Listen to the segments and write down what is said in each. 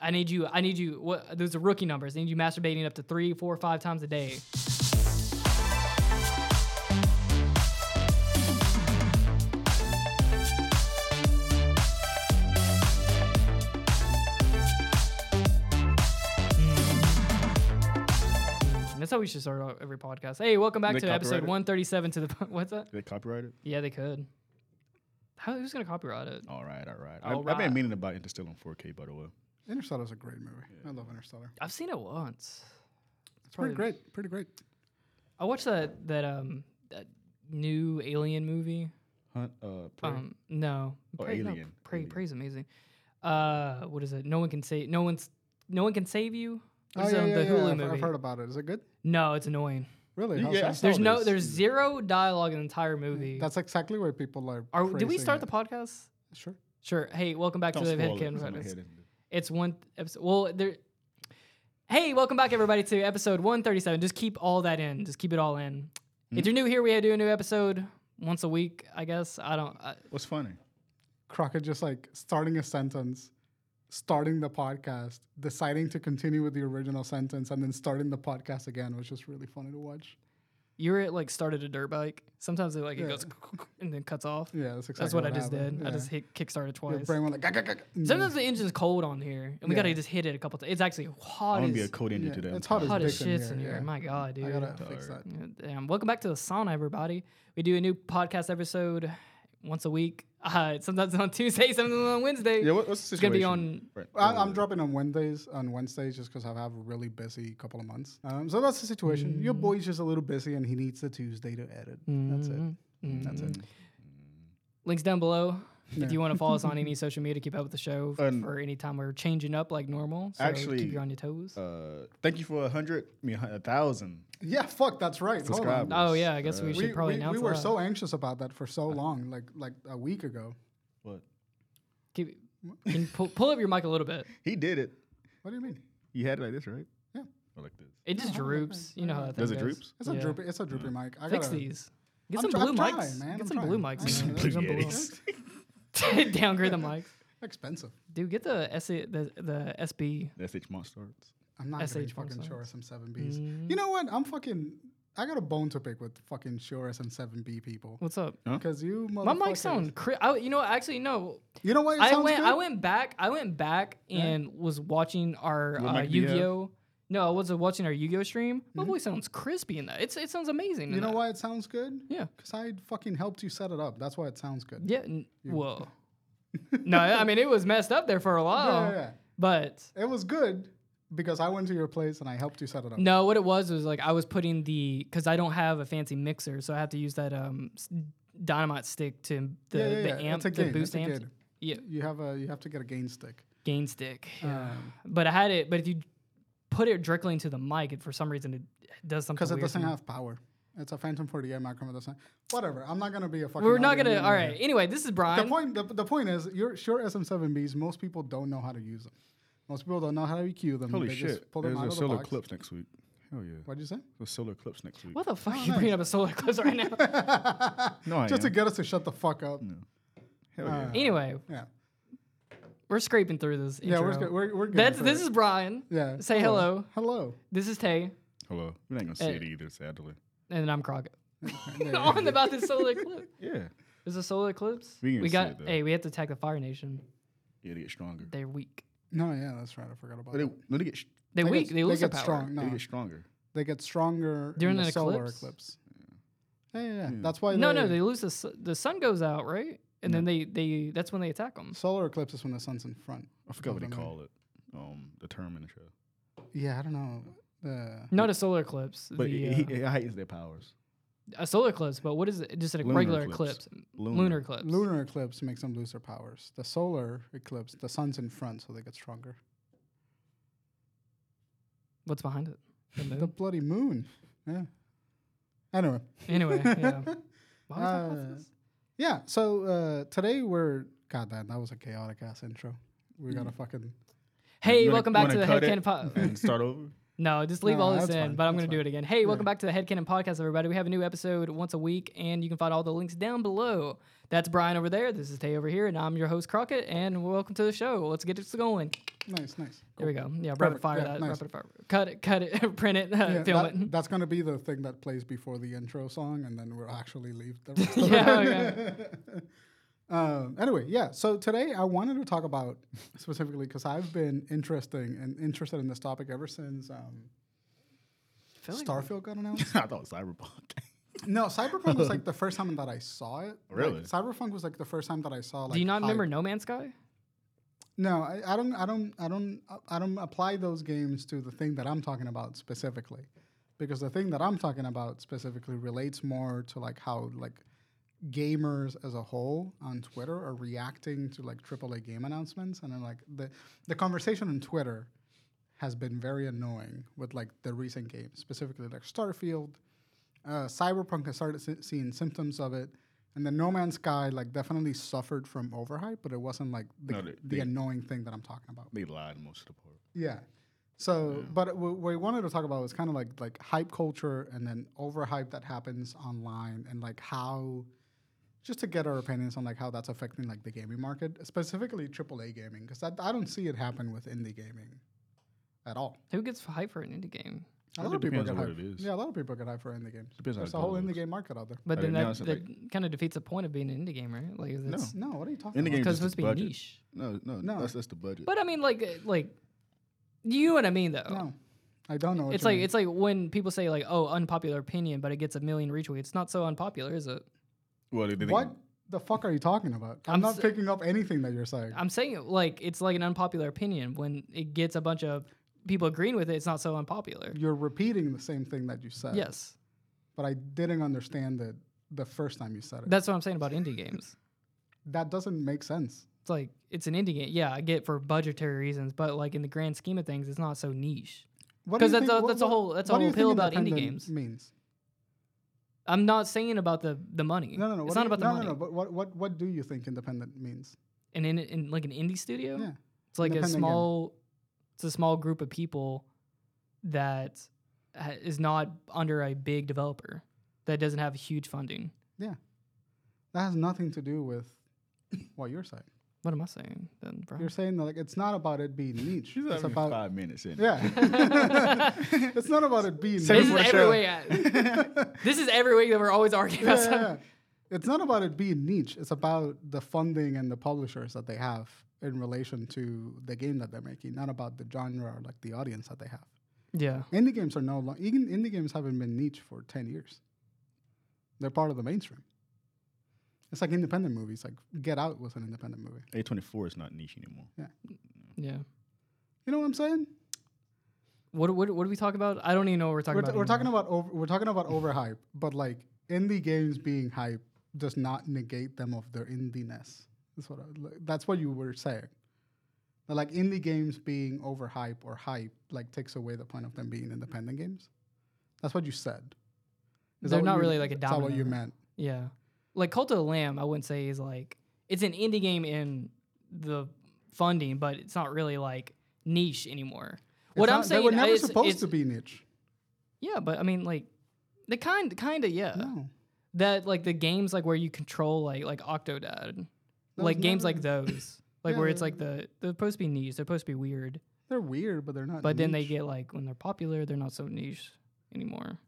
I need you. I need you. What? Those are rookie numbers. I need you masturbating up to three, four, five times a day. Mm. That's how we should start out every podcast. Hey, welcome back They to episode copyright it? 137 to the what's that? Did they copyright it? Yeah, they could. How, who's gonna copyright it? All right, all right. All I, I've right. been meaning about Interstellar in 4K, by the way. Interstellar's a great movie. I love Interstellar. I've seen it once. It's pretty probably- great. Pretty great. I watched that that um that new Alien movie. Hunt, uh, Prey? Um, no, Oh, Prey- no, Alien. Prey, Alien. Prey's amazing. Uh, what is it? No one can say. No one's. No one can save you. What Oh, is yeah, it? um, yeah, the yeah. Hulu I've, movie. I've heard about it. Is it good? No, it's annoying. Really? Yeah, How's yeah, that? I saw There's no. this. There's zero dialogue in the entire movie. That's exactly where people are. Are, did we praising start the it. podcast? Sure. Sure. Hey, welcome back Don't to the spoil it. Headcanon It's on my Podcast. head. It's one episode. Well, there. Hey, welcome back everybody to episode 137. Just keep all that in. Just keep it all in. Hmm? If you're new here, we do a new episode once a week, I guess. I don't. I, What's funny? Crockett just like starting a sentence, starting the podcast, deciding to continue with the original sentence, and then starting the podcast again was just really funny to watch. you were at like started a dirt bike. Sometimes it like it Yeah. goes and then cuts off. Yeah, that's exactly That's what, I just happened. did. I Yeah. just hit kickstarted Your twice. brain went like. "Gah, gah, gah, gah," and Sometimes the engine's cold on here, and we gotta Yeah. just hit it a couple times. It's actually I hot want as to be a code then- ending yeah, today. I'm It's hot tired. as hot as dick in shit's here, in here. yeah. My God, dude. Mm. I gotta fix that. Tired. Yeah, Damn. Um, Welcome back to the sauna, everybody. We do a new podcast episode once a week. Uh, sometimes on Tuesday, sometimes on Wednesday. Yeah, what, what's the it's gonna situation? be on. Right. I, I'm Um, Uh, dropping on Wednesdays on Wednesdays just because I have a really busy couple of months. Um, so that's the situation. Mm. Your boy's just a little busy and he needs the Tuesday to edit. That's Mm. it. That's it. Links down below. Yeah. If you want to follow us on any social media, keep up with the show And- for any time we're changing up like normal. So Actually, keep you on your toes. Uh, thank you for a hundred, I mean a thousand Yeah, fuck, that's right. Hold on. subscribers. oh yeah, I guess we Uh, should probably we, announce we were that. so anxious about that for Uh. so long, like like a week ago. But Keep- can you pull, pull up your mic a little bit. he did it. What do you mean? You had it like this, right? Yeah. Or like this. It just droops. You know how that thing Does it goes. droops? It's a Yeah. Mm. droopy. It's a droopy mic. I Fix gotta, these. Get I'm some try- blue I'm mics. trying, man. Get I'm some blue trying. mics. I man. know. Get some Blue blue Yetis. mics. Downgrade the mics. Expensive. Dude, get the S the the SB. That's H month starts. I'm not gonna be SH one fucking sure size. some seven Bs. Mm. You know what? I'm fucking. I got a bone to pick with fucking sure some seven B people. What's up? Huh? Because you Mm. My mic motherfuckers- sound. Cri- I, you know, what, actually, no. You know what? It I sounds went. good. I went back. I went back and was watching our What uh, mic do you have? Yu-Gi-Oh. No, I was watching our Yu-Gi-Oh stream. My voice sounds crispy in that. It's it sounds amazing. in Mm-hmm. You know that. why it sounds good? Yeah. Because I fucking helped you set it up. That's why it sounds good. Yeah. N- Whoa. no, I mean it was messed up there for a while. Yeah, yeah, But yeah. It was good because I went to your place and I helped you set it up. no, what it was was like I was putting the because I don't have a fancy mixer, so I have to use that um s- dynamite stick to the, yeah, yeah, the yeah. amp it's a the gain. boost it's a amp. gain. Yeah, You have a you have to get a gain stick. gain stick. Um, But I had it. But if you put it directly into the mic, it, for some reason it does something. Because it weird to doesn't me. have power. It's a Phantom 48 microphone. Doesn't. Whatever. I'm not gonna be a fucking. We're not audio gonna. engineer All here. right. Anyway, this is The Brian. point. The, the point is, your sure SM7Bs. Most people don't know how to use them. Most people don't know how to EQ them. Holy they shit! Just pull them There's out a of the solo box. clips next week. Hell yeah! What'd you say? There's solo clips next week. What the Oh, fuck are you bringing up a solar eclipse right now? No, I Just to am. get us to shut the fuck up. Uh, Hell yeah! anyway, Yeah. we're scraping through this. Yeah, we're, intro. sc- we're, we're good. That's for this it. is Brian. Yeah. Say hello. Hello. This is Tay, Hello. We're not gonna see it either, sadly. and I'm Crockett. Yeah, yeah. On about this solar eclipse. Yeah. There's a solar eclipse. We can see got. it, though. hey, we have to attack the Fire Nation. Yeah, they get stronger. They're weak. No, yeah, that's right. I forgot about But they, that. no, they get sh- They're They weak. get- they lose they their get power. strong. they No, get stronger. they get stronger During in the an solar eclipse? eclipse. Yeah, yeah, Hmm. yeah. That's why No, they, no, they lose the su- the sun goes out right, and then they they that's when they attack them. solar eclipse is when the sun's in front. I forgot what they Of the moon. call it. Um, the term in the show. Yeah, I don't know. Uh, Not a solar eclipse. But the, it, uh, it, it heightens their powers. a solar eclipse, but what is it? Just a Lunar regular eclipse. eclipse. Lunar, eclipse. lunar eclipse makes them lose their powers. The solar eclipse, the sun's in front, so they get stronger. What's behind it? The The moon? bloody moon. Yeah. Anyway. anyway, yeah. Why was I about Uh, this? Yeah. So uh, today we're. God damn, that was a chaotic ass intro. We gotta fucking. Hey, You wanna- welcome you back to the wanna cut Headcanon it Pod. And start over. No, just leave No, all this that's in, fine. but I'm going That's to do fine. it again. Hey, welcome Yeah. back to the Headcanon Podcast, everybody. We have a new episode once a week, and you can find all the links down below. That's Brian over there. This is Tay over here, and I'm your host, Crockett, and welcome to the show. Let's get this going. Nice, nice. There we go. Yeah, rapid Perfect. fire Yeah, that. nice. Rapid fire. Cut it, cut it, print it, Yeah, film that- it. Mm-hmm. That's gonna be the thing that plays before the intro song, and then we'll actually leave the rest of Yeah, it. um, anyway, yeah. So today I wanted to talk about specifically because I've been interesting and interested in this topic ever since um, Feel like- Starfield got announced. I thought Cyberpunk. no, Cyberpunk was like the first time that I saw it. Like, Really? Cyberpunk was like the first time that I saw. Like, Do you not hype. remember No Man's Sky? No, I, I don't. I don't. I don't. I don't apply those games to the thing that I'm talking about specifically, because the thing that I'm talking about specifically relates more to like how like gamers as a whole on Twitter are reacting to like AAA game announcements, and then like the the conversation on Twitter has been very annoying with like the recent games, specifically like Starfield. Uh, Cyberpunk has started se- seeing symptoms of it, and then No Man's Sky like definitely suffered from overhype, but it wasn't like the, No, they- the, they- annoying thing that I'm talking about. They lied most of the part. Yeah. So, but what we wanted to talk about was kind of like like hype culture and then overhype that happens online and like how, just to get our opinions on like how that's affecting like the gaming market, specifically AAA gaming, because I, I don't see it happen with indie gaming, at all. Who gets hype for an indie game? A Well, lot it of depends people get on what hype. it is. Yeah, a lot of people get hype for indie games. Depends how There's good a whole it indie looks. game market out there. But Like, then now that, it's that like- kind of defeats the point of being an indie game, right? Like, it's No. because No, what are you talking Indie about? games it's just supposed to the be budget. niche. No, no, No. That's that's the budget. But I mean, like, uh, like, you know what I mean, though. No, I don't know. What it's you like mean. it's like when people say like, "Oh, unpopular opinion," but it gets a million retweets. It's not so unpopular, is it? well, they didn't. what the fuck are you talking about? I'm, I'm not s- picking up anything that you're saying. I'm saying like it's like an unpopular opinion when it gets a bunch of people agreeing with it. It's not so unpopular. you're repeating the same thing that you said. Yes, But I didn't understand it the first time you said it. that's what I'm saying about indie games. That doesn't make sense. It's like it's an indie game. Yeah, I get for budgetary reasons, but like in the grand scheme of things, it's not so niche. What do 'Cause you that's think- a- that's a whole- that's a what do whole you think pill about indie independent games. Means I'm not saying about the the money. no, no, no. It's not what do you- about the no, money. No, no, But what, what, what do you think independent means? And in, in like an indie studio, Yeah. it's like a independent game. small, it's a small group of people that ha- is not under a big developer that doesn't have huge funding. That has nothing to do with what you're saying. What am I saying then, Brian? You're saying that like it's not about it being niche. She's it's having about five minutes in. yeah. it's not about it being Save this niche. is for the every show. way. I- this is every week that we're always arguing Yeah, about yeah, something. yeah. It's not about it being niche. It's about the funding and the publishers that they have in relation to the game that they're making, not about the genre or like the audience that they have. Yeah, Indie games are no longer even indie games haven't been niche for ten years. They're part of the mainstream. It's like independent movies. Like Get Out was an independent movie. A24 is not niche anymore. yeah. You know what I'm saying? What, what what do we talk about? I don't even know what we're talking We're, about. E t- we're talking anymore. about over, we're talking about overhype, but like indie games being hype does not negate them of their indiness. That's what I, like, that's what you were saying. But, like indie games being overhype or hype like takes away the point of them being independent games. That's what you said. Is that They're what not you- really like a Is that what you dominant- meant? Yeah, like Cult of the Lamb, I wouldn't say is like it's an indie game in the funding, but it's not really like niche anymore. what It's I'm not- saying they were never is, supposed it's, to be niche. Yeah, but I mean, like, the kind, kind of, yeah. No, That like the games like where you control like like Octodad, Those like games never- like those, like Yeah, where it's they're- like the they're supposed to be niche, they're supposed to be weird, they're weird, but they're not. but then they niche. get like when they're popular, they're not so niche anymore.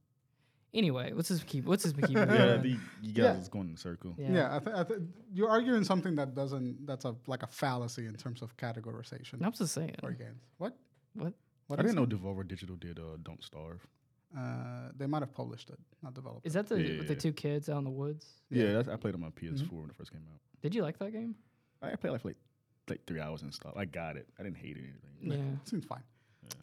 Anyway, let's just keep let's just keep moving Yeah, on. the, you guys Yeah. is going in a circle. yeah. Yeah, I th- I th- you're arguing something that doesn't. That's a like a fallacy in terms of categorization I'm just saying. for games. What? What? What I is didn't it? know Devolver Digital did uh, Don't Starve. Uh, they might have published it, not developed. Is it. that the Yeah. with the two kids out in the woods? Yeah, Yeah. Mm-hmm. that's, I played on my PS4 when it first came out. Did you like that game? I I played like, like like three hours and stuff. I got it. I didn't hate it or anything. Yeah. Seems fine.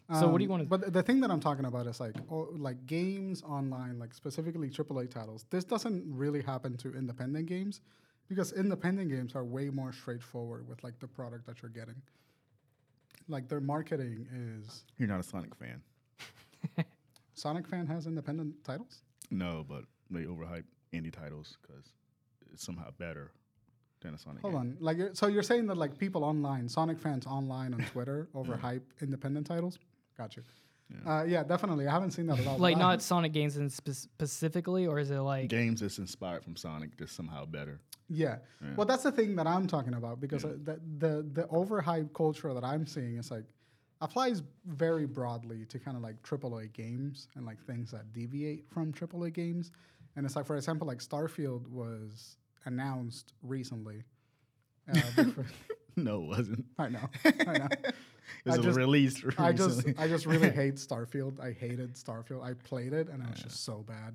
Um, So what do you wanna- But the thing that I'm talking about is like, oh, like games online, like specifically AAA titles. This doesn't really happen to independent games, because independent games are way more straightforward with like the product that you're getting. Like their marketing is. You're not a Sonic fan. Sonic fan has independent titles. No, but they overhype indie titles because it's somehow better than a Sonic Hold game. on, like you're- so you're saying that like people online, Sonic fans online on Twitter overhype independent titles? Got you. Uh, yeah, definitely. I haven't seen that at all. Like but I- not Sonic games in spe- specifically, or is it like Games that's inspired from Sonic just somehow better. Yeah. Well, that's the thing that I'm talking about because uh the, the the overhype culture that I'm seeing is like applies very broadly to kind of like AAA games and like things that deviate from AAA games. And it's like, for example, like Starfield was announced recently. Uh, before- no, it wasn't. I know. I know. It was just- released recently. I just I just really hate Starfield. I hated Starfield. I played it and it was just so bad.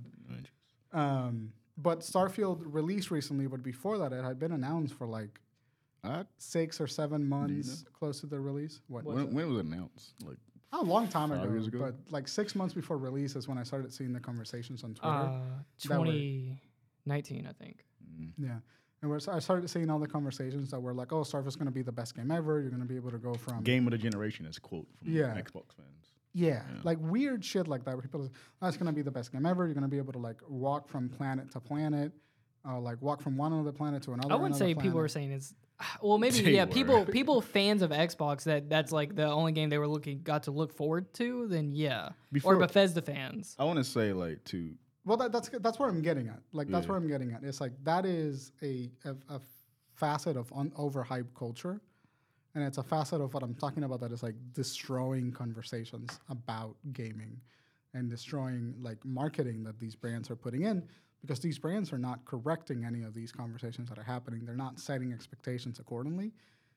Um, but Starfield released recently, but before that, it had been announced for like I- six or seven months close to the release. What? when, when it was announced, like A long time Five ago, years ago? but like six months before release is when I started seeing the conversations on Twitter. uh, That were- 2019? I think. yeah, and where I started seeing all the conversations that were like, "Oh, Starfield's going to be the best game ever. You're going to be able to go from game of the generation is a quote from Um, Yeah. Xbox fans. Yeah, like weird shit like that. Where people, are, that's gonna be the best game ever. You're gonna be able to like walk from planet to planet, uh, like walk from one other planet to another. I wouldn't another say people are planet. saying it's. Well, maybe They yeah. were. People, people, fans of Xbox that that's like the only game they were looking got to look forward to. Then yeah, Before- or Bethesda fans. I want to say like to Well, that, that's that's where I'm getting at. Like Mm. that's Yeah. where I'm getting at. It's like that is a a, a facet of un- overhype culture, and it's a facet of what I'm talking about that is like destroying conversations about gaming, and destroying like marketing that these brands are putting in because these brands are not correcting any of these conversations that are happening. They're not setting expectations accordingly.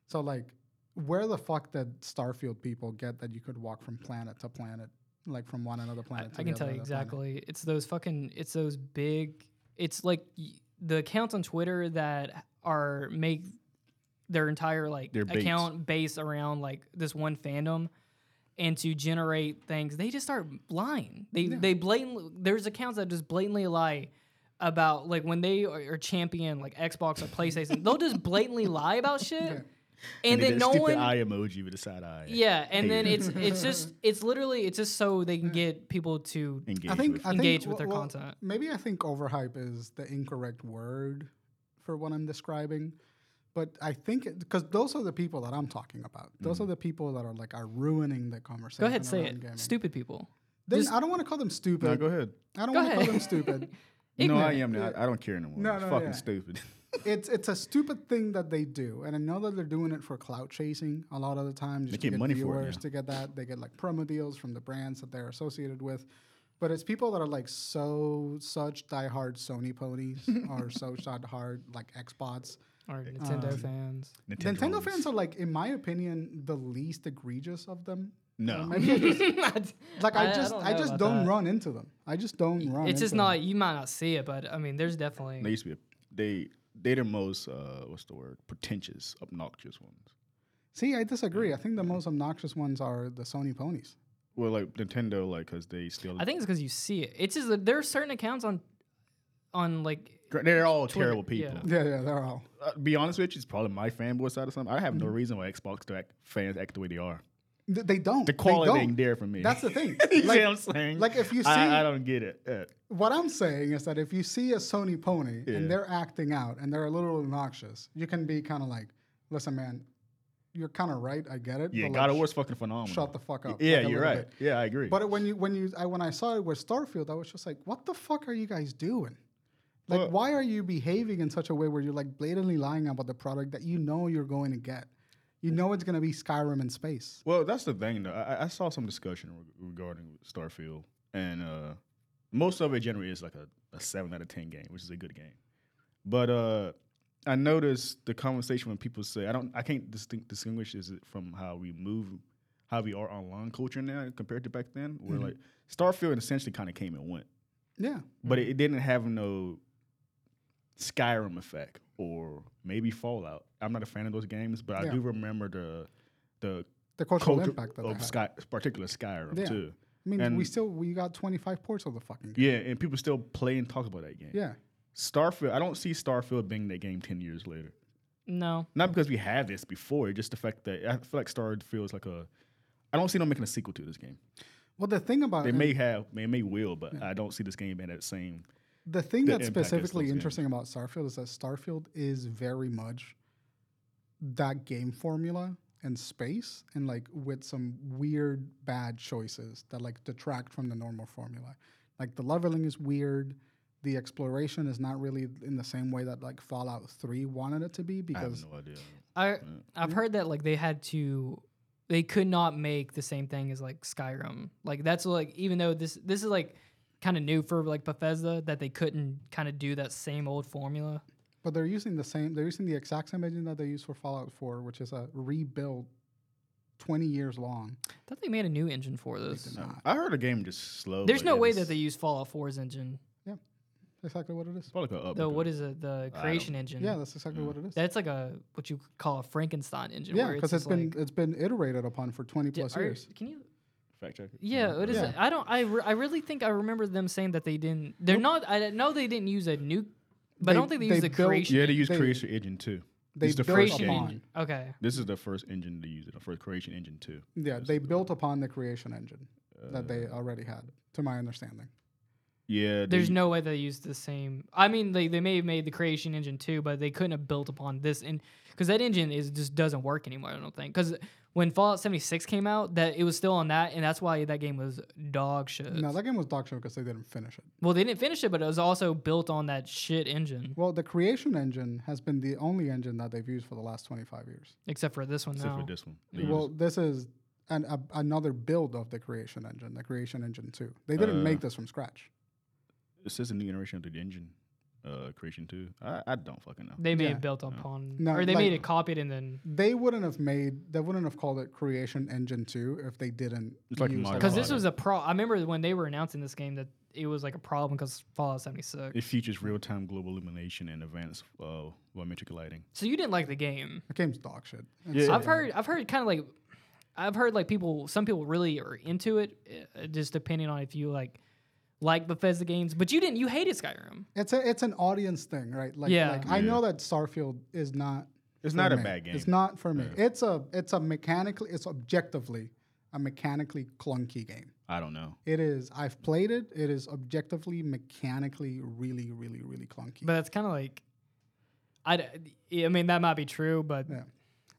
So like, where the fuck did Starfield people get that you could walk from planet to planet? Like from one another I, planet. to I the can other tell you other planet? exactly. It's those fucking. It's those big. It's like y- the accounts on Twitter that are make their entire like Their baits. account base around like this one fandom. And to generate things, they just start lying. They they blatantly there's accounts that just blatantly lie about like when they are, are champion like Xbox or PlayStation, they'll just blatantly lie about shit, and, they then did a no stupid one eye emoji with a side eye. yeah, and then Hater. it's it's just it's literally it's just so they can get people to engage I think with I think- Engage with their well, content. Maybe I think overhype is the incorrect word for what I'm describing, but I think because those are the people that I'm talking about. Those are the people that are like are ruining the conversation. Mm. Go ahead, say around it. gaming. Stupid people. Then I don't want to call them stupid. No, go ahead. I don't Go want to call ahead. them stupid. No, I Ignorant. am not. I don't care anymore. No, it's no, fucking yeah. stupid. it's it's a stupid thing that they do, and I know that they're doing it for clout chasing a lot of the time. Just They to get money for it viewers now. to get that. They get like promo deals from the brands that they're associated with. But it's people that are like so such diehard Sony ponies or so diehard like Xbox. Or Nintendo fans. Nintendo Nintendo's. fans are like, in my opinion, the least egregious of them. No, Maybe I just, like I, just don't I, know just about don't that. run into them. I just don't run. It's just into them. not. You might not see it, but I mean, there's definitely. they used to be. They they the most uh, what's the word? Pretentious, obnoxious ones. See, I disagree. I think the most obnoxious ones are the Sony ponies. Well, like Nintendo, like because they still I think it's because you see it. It's just that there are certain accounts on, on like they're all terrible yeah. people. Yeah, yeah, they're all. Uh, be honest with you, it's probably my fanboy side or something. I have Mm-hmm. no reason why Xbox to act, fans act the way they are. Th- They don't. The They quality don't. ain't there for me. That's the thing. you see Like, what I'm saying? like, if you see- I, I don't get it. Uh, Yeah. what I'm saying is that if you see a Sony pony Yeah. and they're acting out and they're a little obnoxious, you can be kind of like, "Listen, man, you're kind of right. I get it. Yeah, but, God like, of War's fucking phenomenal. shut the fuck up." Yeah, like, a you're little right. bit. Yeah, I agree. But when you when you I, when I saw it with Starfield, I was just like, "What the fuck are you guys doing? Like, Well- why are you behaving in such a way where you're like blatantly lying about the product that you know you're going to get? You know it's going to be Skyrim in space." Well, that's the thing, though. I, I saw some discussion reg- regarding Starfield, and uh, most of it generally is like a, a seven out of ten game, which is a good game. But uh, I noticed the conversation when people say, "I don't, I can't distinct, distinguish is it from how we move, how we are online culture now compared to back then." Where like Starfield essentially kind of came and went, Yeah, but it, it didn't have no Skyrim effect or maybe Fallout. I'm not a fan of those games, but Yeah. I do remember the the the cultural culture impact that they of had. Sky, particular Skyrim Yeah. too. I mean, we and- still we got 25 ports of the fucking game. Yeah, and people still play and talk about that game. Yeah. Starfield. I don't see Starfield being that game ten years later. no. Not because we had this before, just the fact that I feel like Starfield is like a. I don't see them making a sequel to this game. Well, the thing about They Uh, and may have, they may will, but I don't see this game being that same. the thing the that's impact is specifically those interesting about Starfield is that Starfield is very much that game formula and space and like with some weird bad choices that like detract from the normal formula. Like the leveling is weird. The exploration is not really in the same way that like Fallout 3 wanted it to be I because have no idea. I I've heard that like they had to they could not make the same thing as like Skyrim. Like that's like even though this this is like kind of new for like Bethesda that they couldn't kind of do that same old formula. but they're using the same they're using the exact same engine that they use for Fallout 4, which is a rebuilt 20 years long. I thought they made a new engine for this. did not. I heard a game just slow. There's but no it way was- that they use Fallout 4's engine. Exactly what it is. It's probably like a up. The like a- what is it? The don't- creation engine. Yeah, that's exactly what it is. That's like a what you call a Frankenstein engine. Yeah, where because just it's been like- it's been iterated upon for 20 Di- plus are- years. Can you? Fact check. it. Yeah, what is Yeah. it? I don't. I, re- I really think I remember them saying that they didn't. They're not. I know they didn't use a nuke, but I They- don't think they, they used the built- creation. Yeah, they use They- Creation Engine too. They It's the built first creation game. upon engine. Okay. This is the first engine to use it. The first Creation Engine too. Yeah, they built upon the creation engine that they Uh. already had, to my understanding. Yeah, There's they- no way they used the same. I mean, they, they may have made the creation engine too, but they couldn't have built upon this. And because that engine is just doesn't work anymore, I don't think. Because when Fallout 76 came out, that it was still on that, and that's why that game was dog shit. No, that game was dog show because they didn't finish it. well, they didn't finish it, but it was also built on that shit engine, Well, the creation engine has been the only engine that they've used for the last 25 years. except for this one except now. for this one. They Well, use- this is an, a, another build of the creation engine, the creation engine 2. They didn't Uh, make this from scratch. it says a new iteration of the engine, uh, Creation Two. I, I don't fucking know. They may Yeah. have built upon, No, or they like- made it copied and then They wouldn't have made, they wouldn't have called it creation engine 2 if they didn't It's like use Mario because this Fallout. was a pro. I remember when they were announcing this game that it was like a problem because Fallout 76. It features real-time global illumination and advanced uh, volumetric lighting. So you didn't like the game. The game's dog shit. It's Yeah. so I've bad. heard. I've heard kind of like. I've heard like people. Some people really are into it, uh, just depending on if you like like Bethesda games. But you didn't. You hated Skyrim. It's a it's an audience thing, right? Like, Yeah. like I Yeah. know that Starfield is not. It's for not a me. bad game. It's not for me. It's a it's a mechanically it's objectively a mechanically clunky game. I don't know. It is. I've played it. It is objectively mechanically really really really clunky. But that's kind of like. I. d- I mean that might be true, but yeah.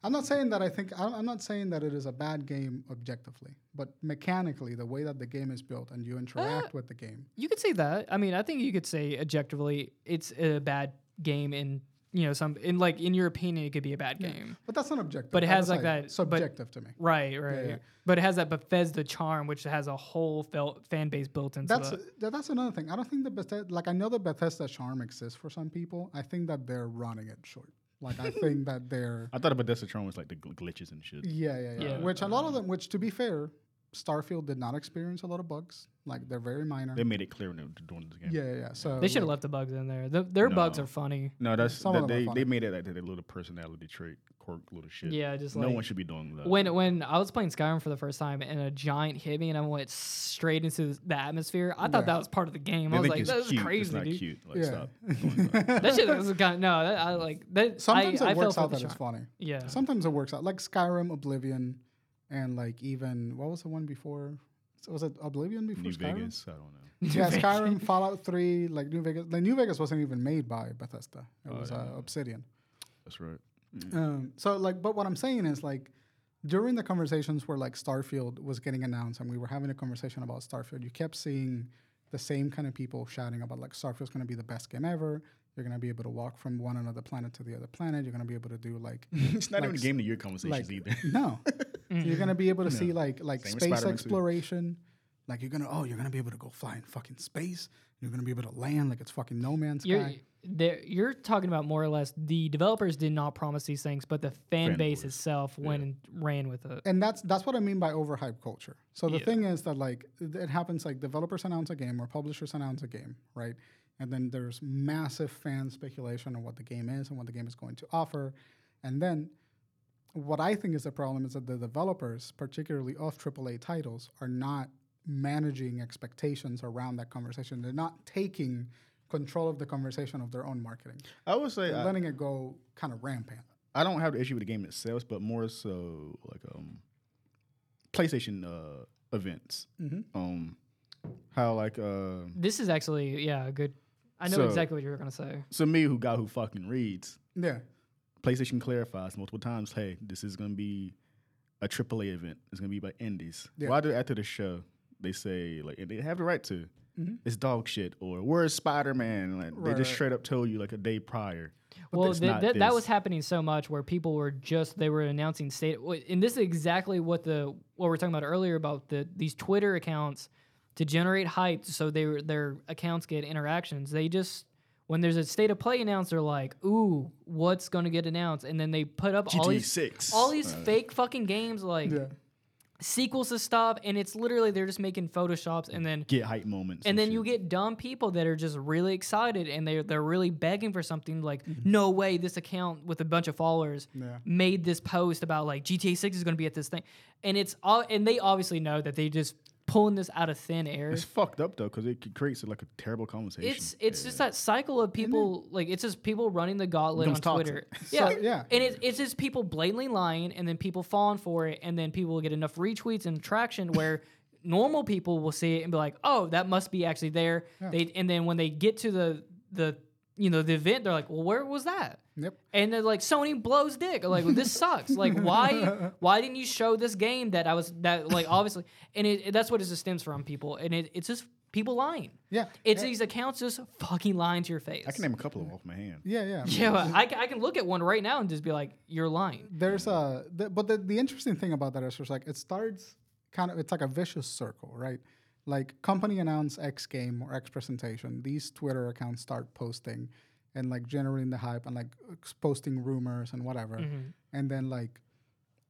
I'm not saying that I think I'm I'm not saying that it is a bad game objectively, but mechanically the way that the game is built and you Ah. interact with the game. you could say that. I mean, I think you could say objectively it's a bad game in you know some in like in your opinion it could be a bad game. But that's not objective. But it I'm has, just like, saying that- but- subjective to me. Right, right. yeah. But it has that Bethesda charm, which has a whole fel- fan base built into That's it. tha- that's another thing. I don't think the Bethesda, like I know the Bethesda charm exists for some people. I think that they're running it short. Like I think that they're I thought about Destatron was like the gl- glitches and shit. yeah, yeah, yeah. Yeah. Which a lot of them, which to be fair, Starfield did not experience a lot of bugs. Like they're very minor. They made it clear in the- during this game. yeah, yeah, yeah. So They should have left the bugs in there. The, their bugs No. are funny. No, that's Some that of them are they, funny. they made it like their little personality trait, quirk, little shit. Yeah, just no like- one should be doing that. When when I was playing Skyrim for the first time and a giant hit me and I went straight into the atmosphere, I thought Yeah. that was part of the game. they I was think like, it's that's cute. crazy, it's not dude. cute. Like, Yeah. stop. doing that. That shit was kind of no. That, I like that. sometimes I, I it works fell out for that the it's charm. funny. Yeah. Sometimes it works out. Like Skyrim, Oblivion, and like even what was the one before? So was it Oblivion before New Skyrim? Vegas, I don't know. Yeah, Skyrim, Fallout Three, like New Vegas. Like New Vegas wasn't even made by Bethesda. It was uh, Obsidian. That's right. Um, so like, but what I'm saying is like, during the conversations where like Starfield was getting announced and we were having a conversation about Starfield, you kept seeing the same kind of people shouting about like Starfield's going to be the best game ever. You're going to be able to walk from one another planet to the other planet. You're going to be able to do like It's not Like even s- game to your conversations like either. no, you're going to be able to see like like Same with space Spider-Man too. exploration. Like you're gonna oh you're gonna be able to go fly in fucking space. You're gonna be able to land like it's fucking no man's You're, sky. there- you're talking about more or less the developers did not promise these things, but the fan, Fan base boys. itself went and ran with it. and that's that's what I mean by overhype culture. So the Yeah. thing is that like th- it happens like developers announce a game or publishers announce a game, right? And then there's massive fan speculation on what the game is and what the game is going to offer. And then what I think is the problem is that the developers, particularly of AAA titles, are not managing expectations around that conversation. They're not taking control of the conversation of their own marketing. I would say They're I, letting it go kind of rampant. I don't have the issue with the game itself, but more so like um, PlayStation uh, events. Um, how like uh, This is actually yeah a good. I know So- exactly what you were gonna say. so me who got who fucking reads Yeah. PlayStation clarifies multiple times, hey, this is gonna be a AAA event. It's gonna be by indies. Yeah. Why do after the show they say like and they have the right to? It's dog shit or where's Spider Man? Like they Right, just Mm-hmm. right. straight up told you like a day prior. Well, it's th- not th- that this. was happening so much where people were just they were announcing state, w- and this is exactly what the what we were talking about earlier about the these Twitter accounts to generate hype, so they were- their accounts get interactions. They just when there's a state of play announced, they're like, "Ooh, what's going to get announced?" And then they put up all GTA these six. Uh, all these fake fucking games like Yeah. sequels to stuff, and it's literally they're just making photoshops and then get hype moments. and then you get dumb people that are just really excited and they're they're really begging for something like, no way, this account with a bunch of followers Mm-hmm. Yeah. made this post about like GTA Six is going to be at this thing, and it's all and they obviously know that they just pulling this out of thin air. It's fucked up though because it c- creates like a terrible conversation. It's it's just that cycle of people like it's just people running the gauntlet on Becomes Twitter. toxic. Yeah, So, yeah. And it's it's just people blatantly lying, and then people falling for it, and then people will get enough retweets and traction where normal people will see it and be like, "Oh, that must be actually there." They and then when they get to the the you know the event, they're like, "Well, where was that?" Yep. And they're like, Sony blows dick. Like this sucks. Like why why didn't you show this game that I was that like obviously and it, it- that's what it just stems from people and it, it's just people lying. Yeah. It's Yeah. these accounts just fucking lying to your face. I can name a couple of them off my hand. Yeah. Yeah. yeah, but I, ca- I can look at one right now and just be like, you're lying. there's a the, but the, the interesting thing about that is just like it starts kind of it's like a vicious circle right like company announce x game or x presentation these twitter accounts start posting and like generating the hype and like ex- posting rumors and whatever Mm-hmm. and then like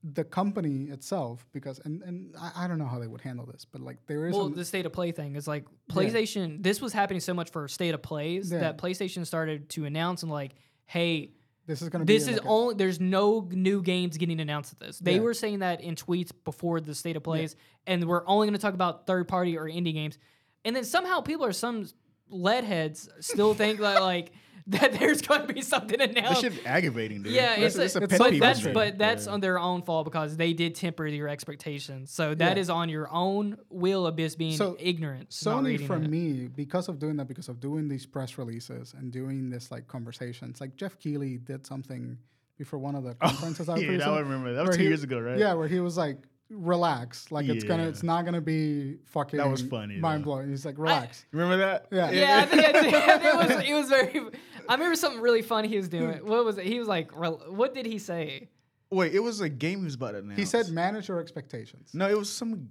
the company itself because and and I, I don't know how they would handle this but like there is Well, an- the state of play thing is like PlayStation. This was happening so much for state of plays Yeah. that PlayStation started to announce and like, hey, this is going to this be is like a- only there's no new games getting announced at this. They Yeah. were saying that in tweets before the state of plays, and we're only going to talk about third party or indie games. And then somehow people are some lead heads still think that like that there's going to be something That announced. shit's aggravating, dude. yeah, it's, That's- that's a, pet but peeve that's of mine. but that's on their own fault because they did temper your expectations. So that is Yeah. on your own will of just being So, ignorant. not Sony reading for it. me, because of doing that, because of doing these press releases and doing this like conversations, like Jeff Keighley did something before one of the conferences. I Oh, yeah, pretty that sure, I remember. That was where two he- years ago, right? Yeah, where he was like, "Relax, like it's gonna, Yeah. it's not gonna be fucking." That was funny, though. mind blowing. He's like, "Relax." Remember that? Yeah. Yeah, I think, I think- I think it was. It was very. I remember something really funny he was Hmm. doing. What was it? He was like, rel- "What did he say?" Wait, it was a game he was about to announce. he said, "Manage your expectations." No, it was some.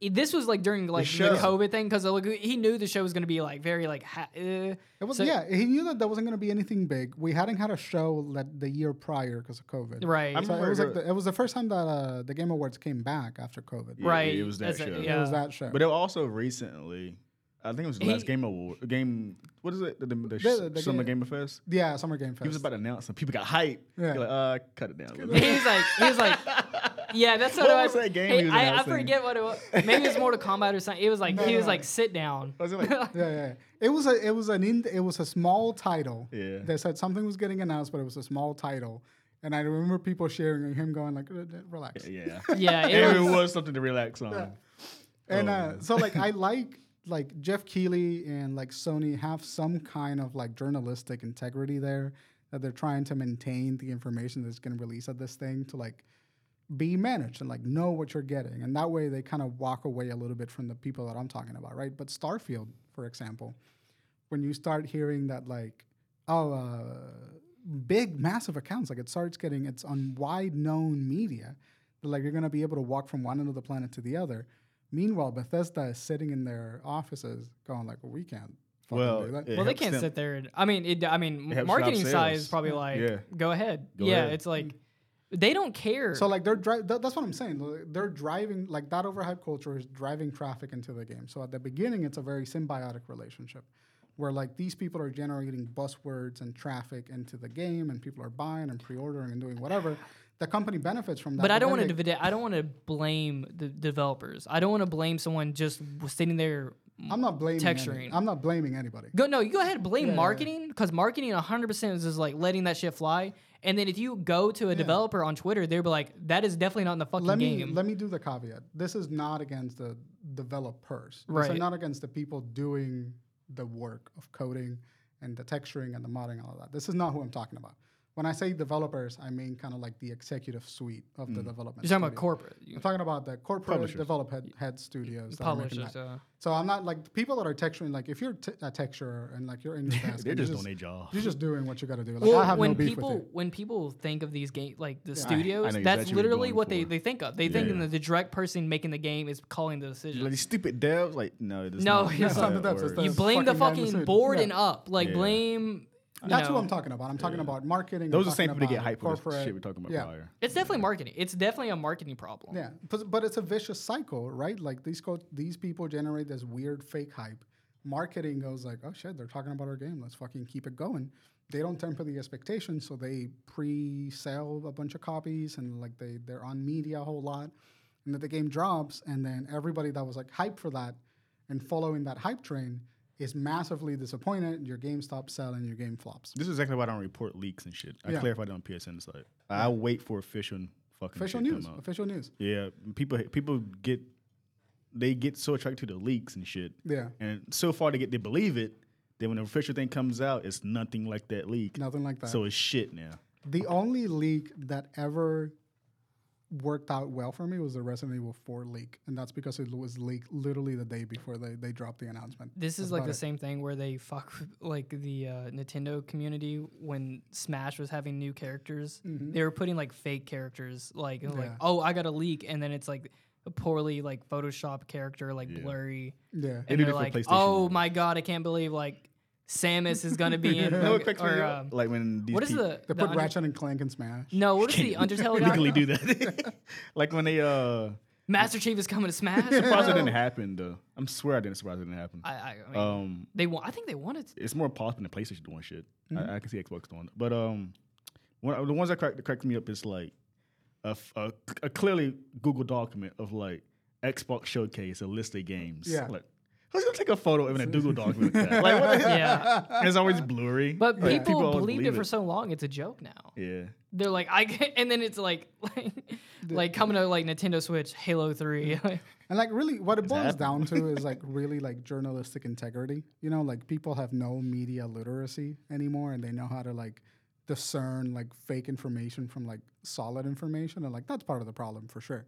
It- This was like during like the, show. COVID thing because like, he knew the show was going to be like very like. Ha- uh, It was so- yeah. He knew that there wasn't gonna be anything big. We hadn't had a show that the year prior because of COVID. right. I'm- So it Remember was like the- the, it was the first time that uh, the Game Awards came back after COVID. Yeah, Right, It was that that's a- show. yeah. It was that show. But it was also recently. I think it was the last He- game award. Game. What is it? The, the, the, The- the Summer game- Game of Fest. yeah, Summer Game Fest. He was about to announce something. People got hype. Yeah. Yeah. Like, uh, cut it down. a little bit. he was like, he was like, yeah, that's what, What I was that game Hey, he was I, I announcing? forget what it was. Maybe it was Mortal Kombat or something. It was like he was no, like, sit down. I was like, yeah, yeah. It was a it was an in, it was a small title. Yeah. They said something was getting announced, but it was a small title. And I remember people sharing and him going like, "Uh, uh, "Relax." yeah. Yeah, It, it was. was something to relax on. And Oh, uh, so like I like like Jeff Keighley and like Sony have some kind of like journalistic integrity there that they're trying to maintain the information that's going to release at this thing to like be managed and like know what you're getting and that way they kind of walk away a little bit from the people that I'm talking about right but Starfield for example when you start hearing that like oh uh, big massive accounts like it starts getting it's on wide known media that, like you're going to be able to walk from one end of the planet to the other meanwhile bethesda is sitting in their offices going like well, we can't fucking Well, do that. it Well, they helps can't them. sit there. And, I mean, it, I mean, helps marketing drive side sales. is probably like, Yeah. go ahead. Go yeah, ahead. it's like they don't care. so like they're dri- th- that's what i'm saying like, they're driving like that overhype culture is driving traffic into the game so at the beginning it's a very symbiotic relationship where like these people are generating buzzwords and traffic into the game and people are buying and pre-ordering and doing whatever the company benefits from that But I don't then want to. they- I don't want to blame the developers. I don't want to blame someone just sitting there. i'm not blaming any- texturing. i'm not blaming anybody Go no, you go ahead and blame Yeah, yeah. marketing because marketing 100 percent is just like letting that shit fly. And then if you go to a developer on Twitter, they'll be like, "That is definitely not in the fucking let me game." let me do the caveat. This is not against the developers. These Right. are not against the people doing the work of coding and the texturing and the modding and all that. This is not who I'm talking about. When I say developers, I mean kind of like the executive suite of the development. Hmm. You're talking about studio. corporate you- I'm talking about the corporate Publishers. develop head, head studios. that are making publishers. that. Uh, So I'm not like the people that are texturing. Like if you're t- a texturer and like you're in your desk, They're and just, you're on their job. You're just doing what you got to do. Like well, I have when no beef people with it. when people think of these games, like the I- I studios, know that's exactly what you're literally going what they, for. they think of. They think Yeah. that the direct person making the game is calling the decisions. Like these stupid devs, like no, that's No, not, it's that's not how the that devs, it's works. you the blame the fucking guy in the fucking suit. board Yeah. and up. Like Yeah. blame. you That's know. what I'm talking about. I'm talking about marketing. I'm Those are the same talking people that get about hyped for the corporate- shit we're talking about yeah. prior. It's definitely marketing. It's definitely a marketing problem. Yeah, but, but it's a vicious cycle, right? Like these co- these people generate this weird fake hype. Marketing goes like, oh shit, they're talking about our game. Let's fucking keep it going. They don't temper the expectations, so they pre-sell a bunch of copies and like they they're on media a whole lot, and then the game drops, and then everybody that was like hyped for that and following that hype train is massively disappointed. Your game stops selling. Your game flops. This is exactly why I don't report leaks and shit. I Yeah. clarified it on PSN site. I wait for official fucking Official shit to news. come out. Official news. Yeah, people people get they get so attracted to the leaks and shit, Yeah. and so far they get they believe it. Then when the official thing comes out, it's nothing like that leak. Nothing like that. So it's shit now. The only leak that ever worked out well for me was the Resident Evil 4 leak, and that's because it was leaked literally the day before they, they dropped the announcement. This is That's like about the it. same thing where they fuck with, like the uh, Nintendo community when Smash was having new characters. They were putting like fake characters, like and like Mm-hmm. Yeah. oh I got a leak, and then it's like a poorly like Photoshop character, like blurry, Yeah, and do they're that for like PlayStation oh now. my god I can't believe like Samus is gonna be in No, like, it cracks me or, up. um, Like when these what is people- the, they the put Under- Ratchet and Clank in Smash. no what is the Undertale guy? legally do that? like when they uh, Master Chief is coming to Smash. surprised it bro. didn't happen though. I'm swear I didn't surprise it didn't happen. I, I, I mean, um, they want. I think they wanted. To. it's more possible than PlayStation doing shit. Mm-hmm. I, I can see Xbox doing, it. but um, one, the ones that crack, that crack me up is like a, f- a- a clearly Google document of like Xbox showcase a list of games. Yeah. like who's gonna take a photo of it in a Google document? Like, that? like what the heck? Yeah. And it's always blurry. But like, people, always believed it believe for so long; it's a joke now. Yeah, They're like, I can't, and then it's like, like, like coming to like Nintendo Switch, Halo Three. like, And like really, what it boils down to is like really like journalistic integrity. You know, like people have no media literacy anymore, and they know how to like discern like fake information from like solid information, and like that's part of the problem for sure.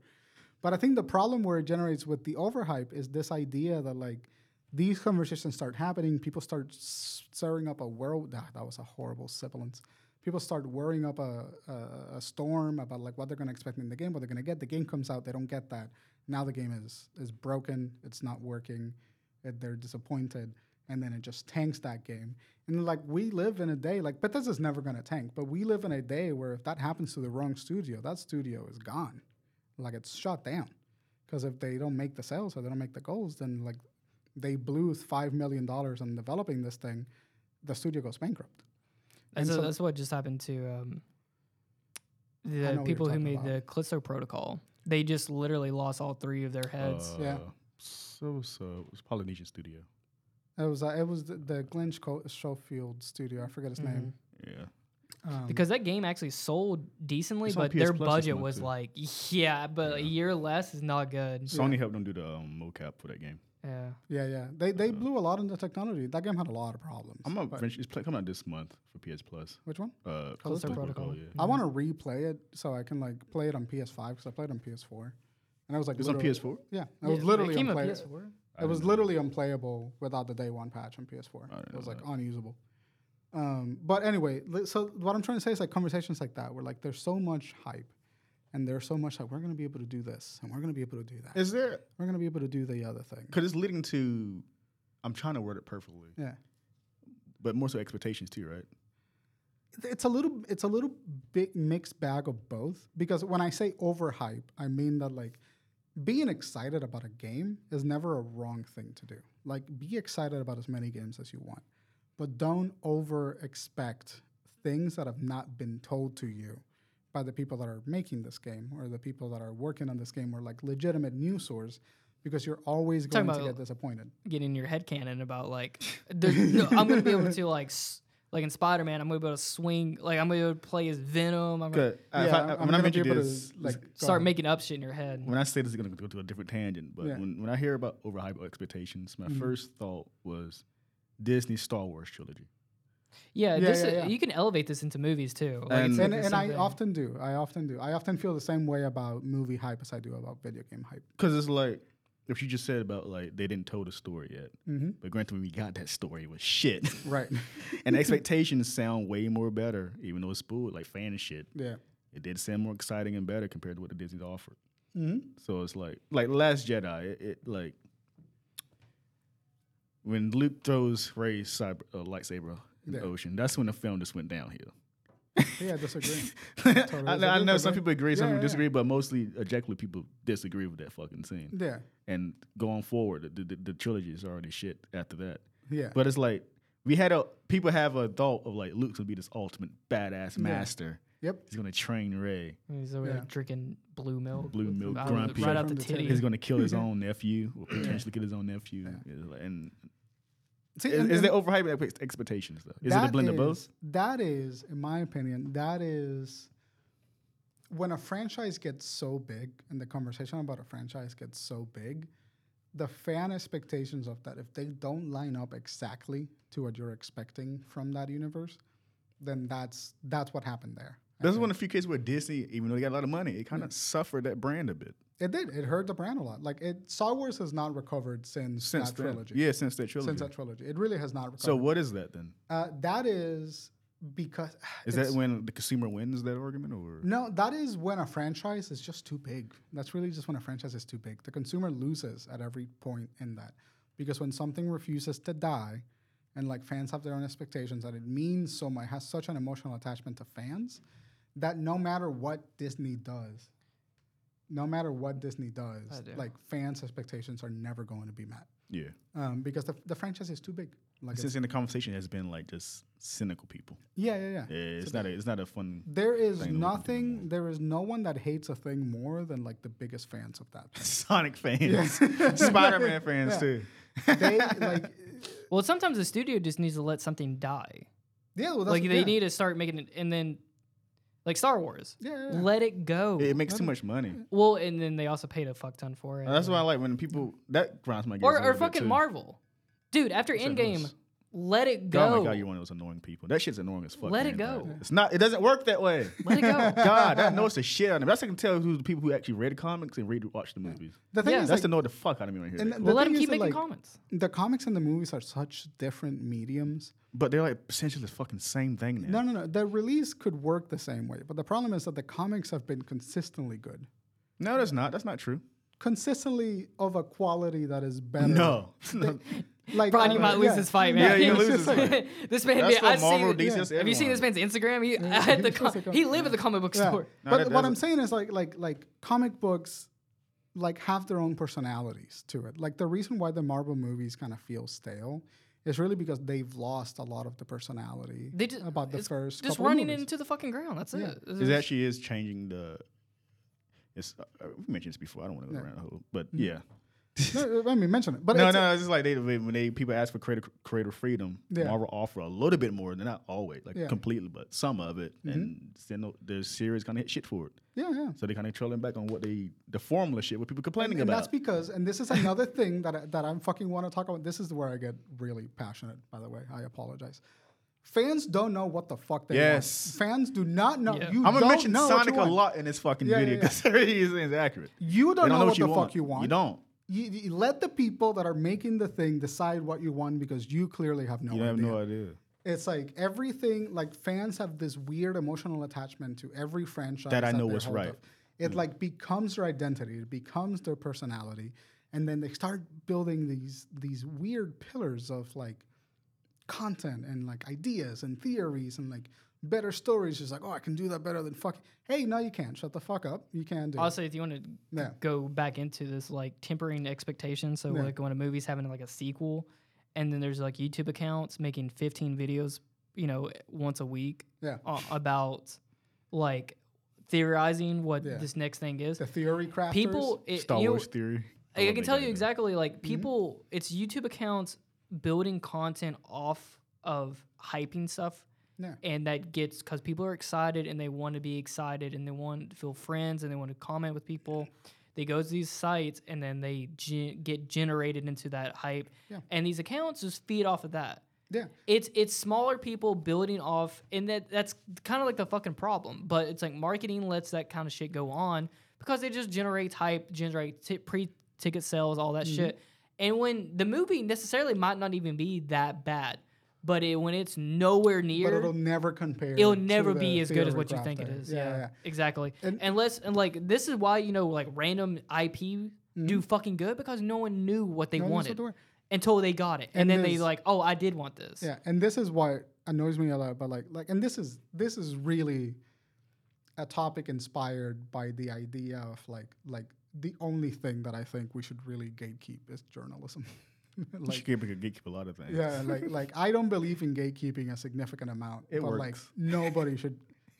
But I think the problem where it generates with the overhype is this idea that like these conversations start happening, people start s- stirring up a world. Ah, that was a horrible sibilance. People start worrying up a, a, a storm about like what they're going to expect in the game, what they're going to get. The game comes out, they don't get that. Now the game is is broken. It's not working. uh, they're disappointed, and then it just tanks that game. And like we live in a day like Bethesda's never going to tank, but we live in a day where if that happens to the wrong studio, that studio is gone like it's shut down because if they don't make the sales or they don't make the goals then like they blew five million dollars on developing this thing the studio goes bankrupt that's, And so- that's what just happened to um, know what the you're people who talking made about. the Callisto Protocol. They just literally lost all three of their heads. Uh, Yeah. So so it's Polynesian Studio. it was uh, it was the, the Glenn Scho- Schofield studio I forget his name Yeah. um, Mm-hmm. because that game actually sold decently, It's on but PS their Plus this budget month, was too. like, yeah, but a year less is not good. Sony helped them do the um, mocap for that game. Yeah. yeah yeah they they blew a lot on the technology that game had a lot of problems I'm gonna eventually, it's pl- coming out this month for PS Plus. which one Uh, Callisto Protocol. yeah. I want to replay it so I can like play it on PS5 because I played it on PS4 and I was like It's on literally- PS4. yeah it Yeah, was literally it came on unplay- PS4. I It was didn't know literally unplayable without the day one patch on I PS4. didn't It was know like that. unusable. Um, but anyway, li- so what I'm trying to say is like conversations like that where like there's so much hype and there's so much like we're going to be able to do this and we're going to be able to do that. Is there We're going to be able to do the other thing. because it's leading to? I'm trying to word it perfectly, Yeah. but more so expectations too, right? It- It's a little it's a little big mixed bag of both because when I say overhype, I mean that like being excited about a game is never a wrong thing to do. Like be excited about as many games as you want. but don't over expect things that have not been told to you by the people that are making this game or the people that are working on this game or like legitimate news source because you're always Talking going to about- get disappointed. get in your head canon about like there's no, I'm gonna be able to like s- like in Spider Man I'm gonna be able to swing like I'm gonna be able to play as Venom I'm gonna Good. Uh, if I- I'm when I gonna mentioned be able to, this, like, go start ahead. making up shit in your head. when I say this is going to go to a different tangent, but Yeah. Mm-hmm. when, when I hear about overhype expectations, my first thought was Disney Star Wars trilogy. Yeah, Yeah, this yeah, is- yeah. you can elevate this into movies too. Like, And- it's- And, it's and I something- often do. I often do. I often feel the same way about movie hype as I do about video game hype. Because it's like if you just said about like they didn't tell the story yet, Mm-hmm. but granted when we got that story it was shit, Right. and expectations sound way more better, even though it's spoiled like fan shit. yeah. It did sound more exciting and better compared to what the Disney's offered. Mm-hmm. So it's like like Last Jedi, it, it like when Luke throws Ray's cyber, uh, lightsaber in Yeah. the ocean. That's when the film just went downhill. Yeah, I disagree. I, know- I agree know with some that. people agree, some Yeah, people yeah, disagree, but mostly objectively people disagree with that fucking scene. yeah. And going forward, the, the, the trilogy is already shit after that. Yeah. But it's like we had a people have a thought of like Luke's gonna be this ultimate badass Yeah. master. yep. He's gonna train Ray. He's over Yeah. there drinking blue milk. Blue with- milk, out of the- grumpy. Right out From the the titty. He's gonna kill his own nephew, or potentially kill his own nephew. It's like- And See, Is, and- is and there overhyped ex- expectations though? Is it a that blend of both? is- That is, in my opinion, that is when a franchise gets so big and the conversation about a franchise gets so big, the fan expectations of that, if they don't line up exactly to what you're expecting from that universe, then that's that's what happened there. I That's think. one of the few cases where Disney, even though they got a lot of money, it kind of suffered that brand a bit It did. It hurt the brand a lot. Like it, Star Wars has not recovered since, since that then. trilogy. Yeah, since that trilogy. Since that trilogy, it really has not recovered. so what is that then? uh, that is because Is it's- that when the consumer wins that argument, or No, that is when a franchise is just too big. That's really just when a franchise is too big. The consumer loses at every point in that. Because when something refuses to die and like fans have their own expectations that it means so much, has such an emotional attachment to fans that no matter what Disney does, no matter what Disney does, do. like fans' expectations are never going to be met. yeah? Um, because the, the franchise is too big. Like it's, Since in the conversation has been like just cynical people. yeah, yeah, yeah. Yeah, it's not a, it's not a fun. There Thing that is we can do nothing, there is no one that hates a thing more than like the biggest fans of that. Sonic fans, Spider Man fans Yeah. too. they like Well, sometimes the studio just needs to let something die. yeah well, that's, Like they yeah. need to start making it, and then like Star Wars, yeah, yeah, yeah. let it go. It, it makes too much money. well, and then they also paid a fuck ton for it. Oh, That's why I like when people that grinds my gears. a or or little bit, fucking too. Marvel, dude. After Except Endgame, those- let it go. Oh my god, you're one of those annoying people. That shit's annoying as fuck. Let man, it go. but It's not. It doesn't work that way. let it go. God, that annoys the shit out of me. That's how I can tell who's the people who actually read the comics and read watch the movies. the thing Yeah. is That's like, to know the fuck out of me right here. And Like, the- Well, let him thing is keep that, making like- comments. the comics and the movies are such different mediums but they're like essentially the fucking same thing now. no no no the release could work the same way but the problem is that the comics have been consistently good No, that's not. That's not true. consistently of a quality that is better No. No. like Brian, uh, you might lose yeah. this fight, Yeah, man. you're gonna lose this this man, That's yeah, for I've Marvel, seen, DC, that's Have you seen this man's Instagram? He at the he's co- just a he com- lived at the comic book Yeah. store. No, but that- what that's- i'm saying is like like like comic books like have their own personalities to it like the reason why the marvel movies kind of feel stale is really because they've lost a lot of the personality They just about the it's first just couple of running movies. into the fucking ground. That's Yeah. it. It actually is changing the. It's uh, uh, we mentioned this before. I don't want to go around the hole, but Mm. yeah. no, I mean, mention it. But No, it's, no, it's just like they they- when they people ask for creative creative freedom, Yeah. Marvel offer a little bit more. They're not always like Yeah. Mm-hmm. completely, but some of it, and then the- the series kind of hit shit for it. yeah, yeah. So they kind of trailing back on what they the formula shit what people complaining And about. that's because, and this is another thing that I, that I'm fucking want to talk about. This is where I get really passionate. By the way, I apologize. Fans don't know what the fuck they Yes. want. Fans do not know. Yeah. You I'm don't gonna mention know what Sonic you a want. lot in this fucking Yeah, video yeah, yeah. because yeah, he is accurate. You They don't, know, what, the fuck you want. You don't. You, you let the people that are making the thing decide what you want because you clearly have no You idea. have no idea. it's like everything. Like fans have this weird emotional attachment to every franchise That I know they what's hold right. Mm. up. It like becomes their identity. It becomes their personality, and then they start building these these weird pillars of like content and like ideas and theories and like better stories. Just like, oh, I can do that better than fuck. Hey, no, you can't. Shut the fuck up. You can't do. it. Also, if you want to Yeah. go back into this like tempering expectations, so Yeah. like when a movie's having like a sequel, and then there's like YouTube accounts making 15 videos, you know, once a week Yeah. uh, about like theorizing what Yeah. this next thing is. The theory crafters. People, it, Star you know, Wars theory. I, I can tell you exactly Mm-hmm. like people it's YouTube accounts building content off of hyping stuff Yeah. and that gets because people are excited and they want to be excited and they want to feel friends and they want to comment with people they go to these sites and then they ge- get generated into that hype Yeah. and these accounts just feed off of that Yeah. It's it's smaller people building off, and that that's kind of like the fucking problem. But it's like marketing lets that kind of shit go on because it just generates hype, generate t- pre-ticket sales, all Mm-hmm. that shit. And when the movie necessarily might not even be that bad, but it, when it's nowhere near, But it'll never compare. it'll to never the be as good as theater what you craft think it there. is. Yeah, Yeah, yeah. exactly. And- Unless and like this is why you know like random IP do fucking good because no one knew what they Mm-hmm. No one knows wanted what they were. until they got it, and, And then they there's- like, oh, I did want this. Yeah, and this is what annoys me a lot. But like, like, and this is this is really a topic inspired by the idea of like, like the only thing that I think we should really gatekeep is journalism. Like, like, you can get- get a lot of things. yeah, like, like I don't believe in gatekeeping a significant amount. It but like, works. nobody should,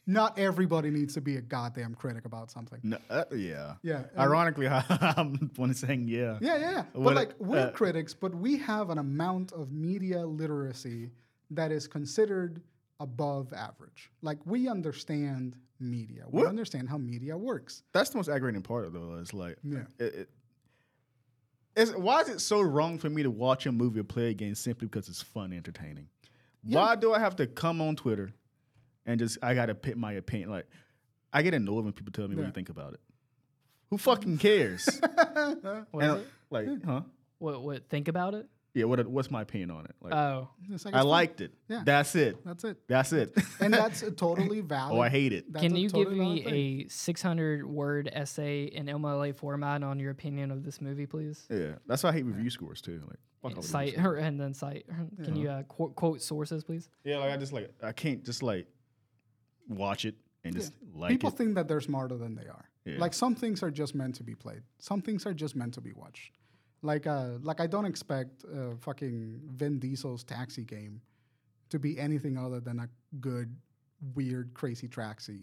not everybody needs to be a goddamn critic about something. No, uh, yeah. Yeah, and- Ironically, I'm one saying yeah. Yeah, yeah. yeah. But What- like we're uh, critics, but we have an amount of media literacy that is considered above average. Like we understand media. We What- understand how media works. That's the most aggravating part of it, though. It's like, Yeah. it- it- it's, why is it so wrong for me to watch a movie or play a game simply because it's fun, and entertaining? Why do I have to come on Twitter and just I gotta pit my opinion? Like, I get annoyed when people tell me what Yeah. you think about it. Who fucking cares? What is and, it? like, huh? What what think about it? Yeah. What? What's my opinion on it? Like, Oh. It's like, I Uh, it's fun. liked it. Yeah. That's it. that's it. That's it. And that's a totally valid. oh, I hate it. that's Can a you totally give me valid thing. a 600 word essay in MLA format on your opinion of this movie, please? Yeah. That's why I hate review scores too. Like, fuck all review Cite scores. or, and then cite. Can you uh, quote, quote sources, please? Yeah. Like I just like I can't just like watch it and just like People it. think that they're smarter than they are. Yeah. Like some things are just meant to be played. Some things are just meant to be watched. Like uh, like I don't expect uh, fucking Vin Diesel's taxi game to be anything other than a good, weird, crazy taxi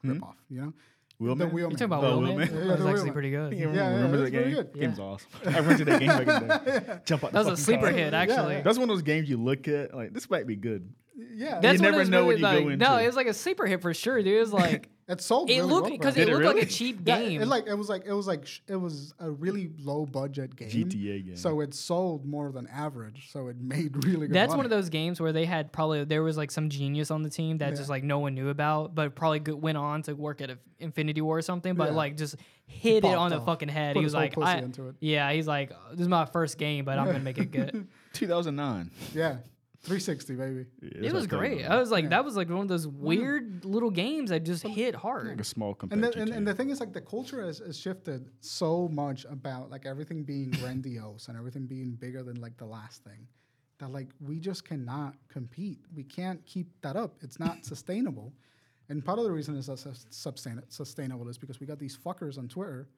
Hmm? ripoff. You know? Wheelman? The You Wheelman. talking about Oh, Willman? Willman. Yeah, That was the actually Willman. pretty good. Yeah, yeah, remember that's that pretty game? good. Game's awesome. I rented that game back in the day. Jump out That the was a fucking sleeper car. hit, actually. yeah. That's one of those games you look at like this might be good. yeah, That's what never it was know really what you like. go No, into. it was like a sleeper hit for sure, dude. It was like it sold. it really looked well, because bro. it Did it looked like a really? cheap Yeah, game. It, like it was like it was like sh- it was a really low budget game. GTA game. So it sold more than average. So it made really good. That's money. one of those games where they had probably there was like some genius on the team that just like no one knew about, but probably go- went on to work at Infinity War or something. But Yeah. like just hit it popped on the off. fucking head. Put he was his whole like, pussy I- into it. yeah, he's like, this is my first game, but I'm gonna make it good. 2009. Yeah, 360 baby. Yeah, that's it what was I'm talking great. about. I was like, that was like one of those weird little games that just hit Like a hard. small And competitor. the, and, and the thing is, like, the culture has, has shifted so much about like everything being grandiose and everything being bigger than like the last thing that like we just cannot compete. We can't keep that up. It's not sustainable. And part of the reason it's not sus- sustain- sustainable is because we got these fuckers on Twitter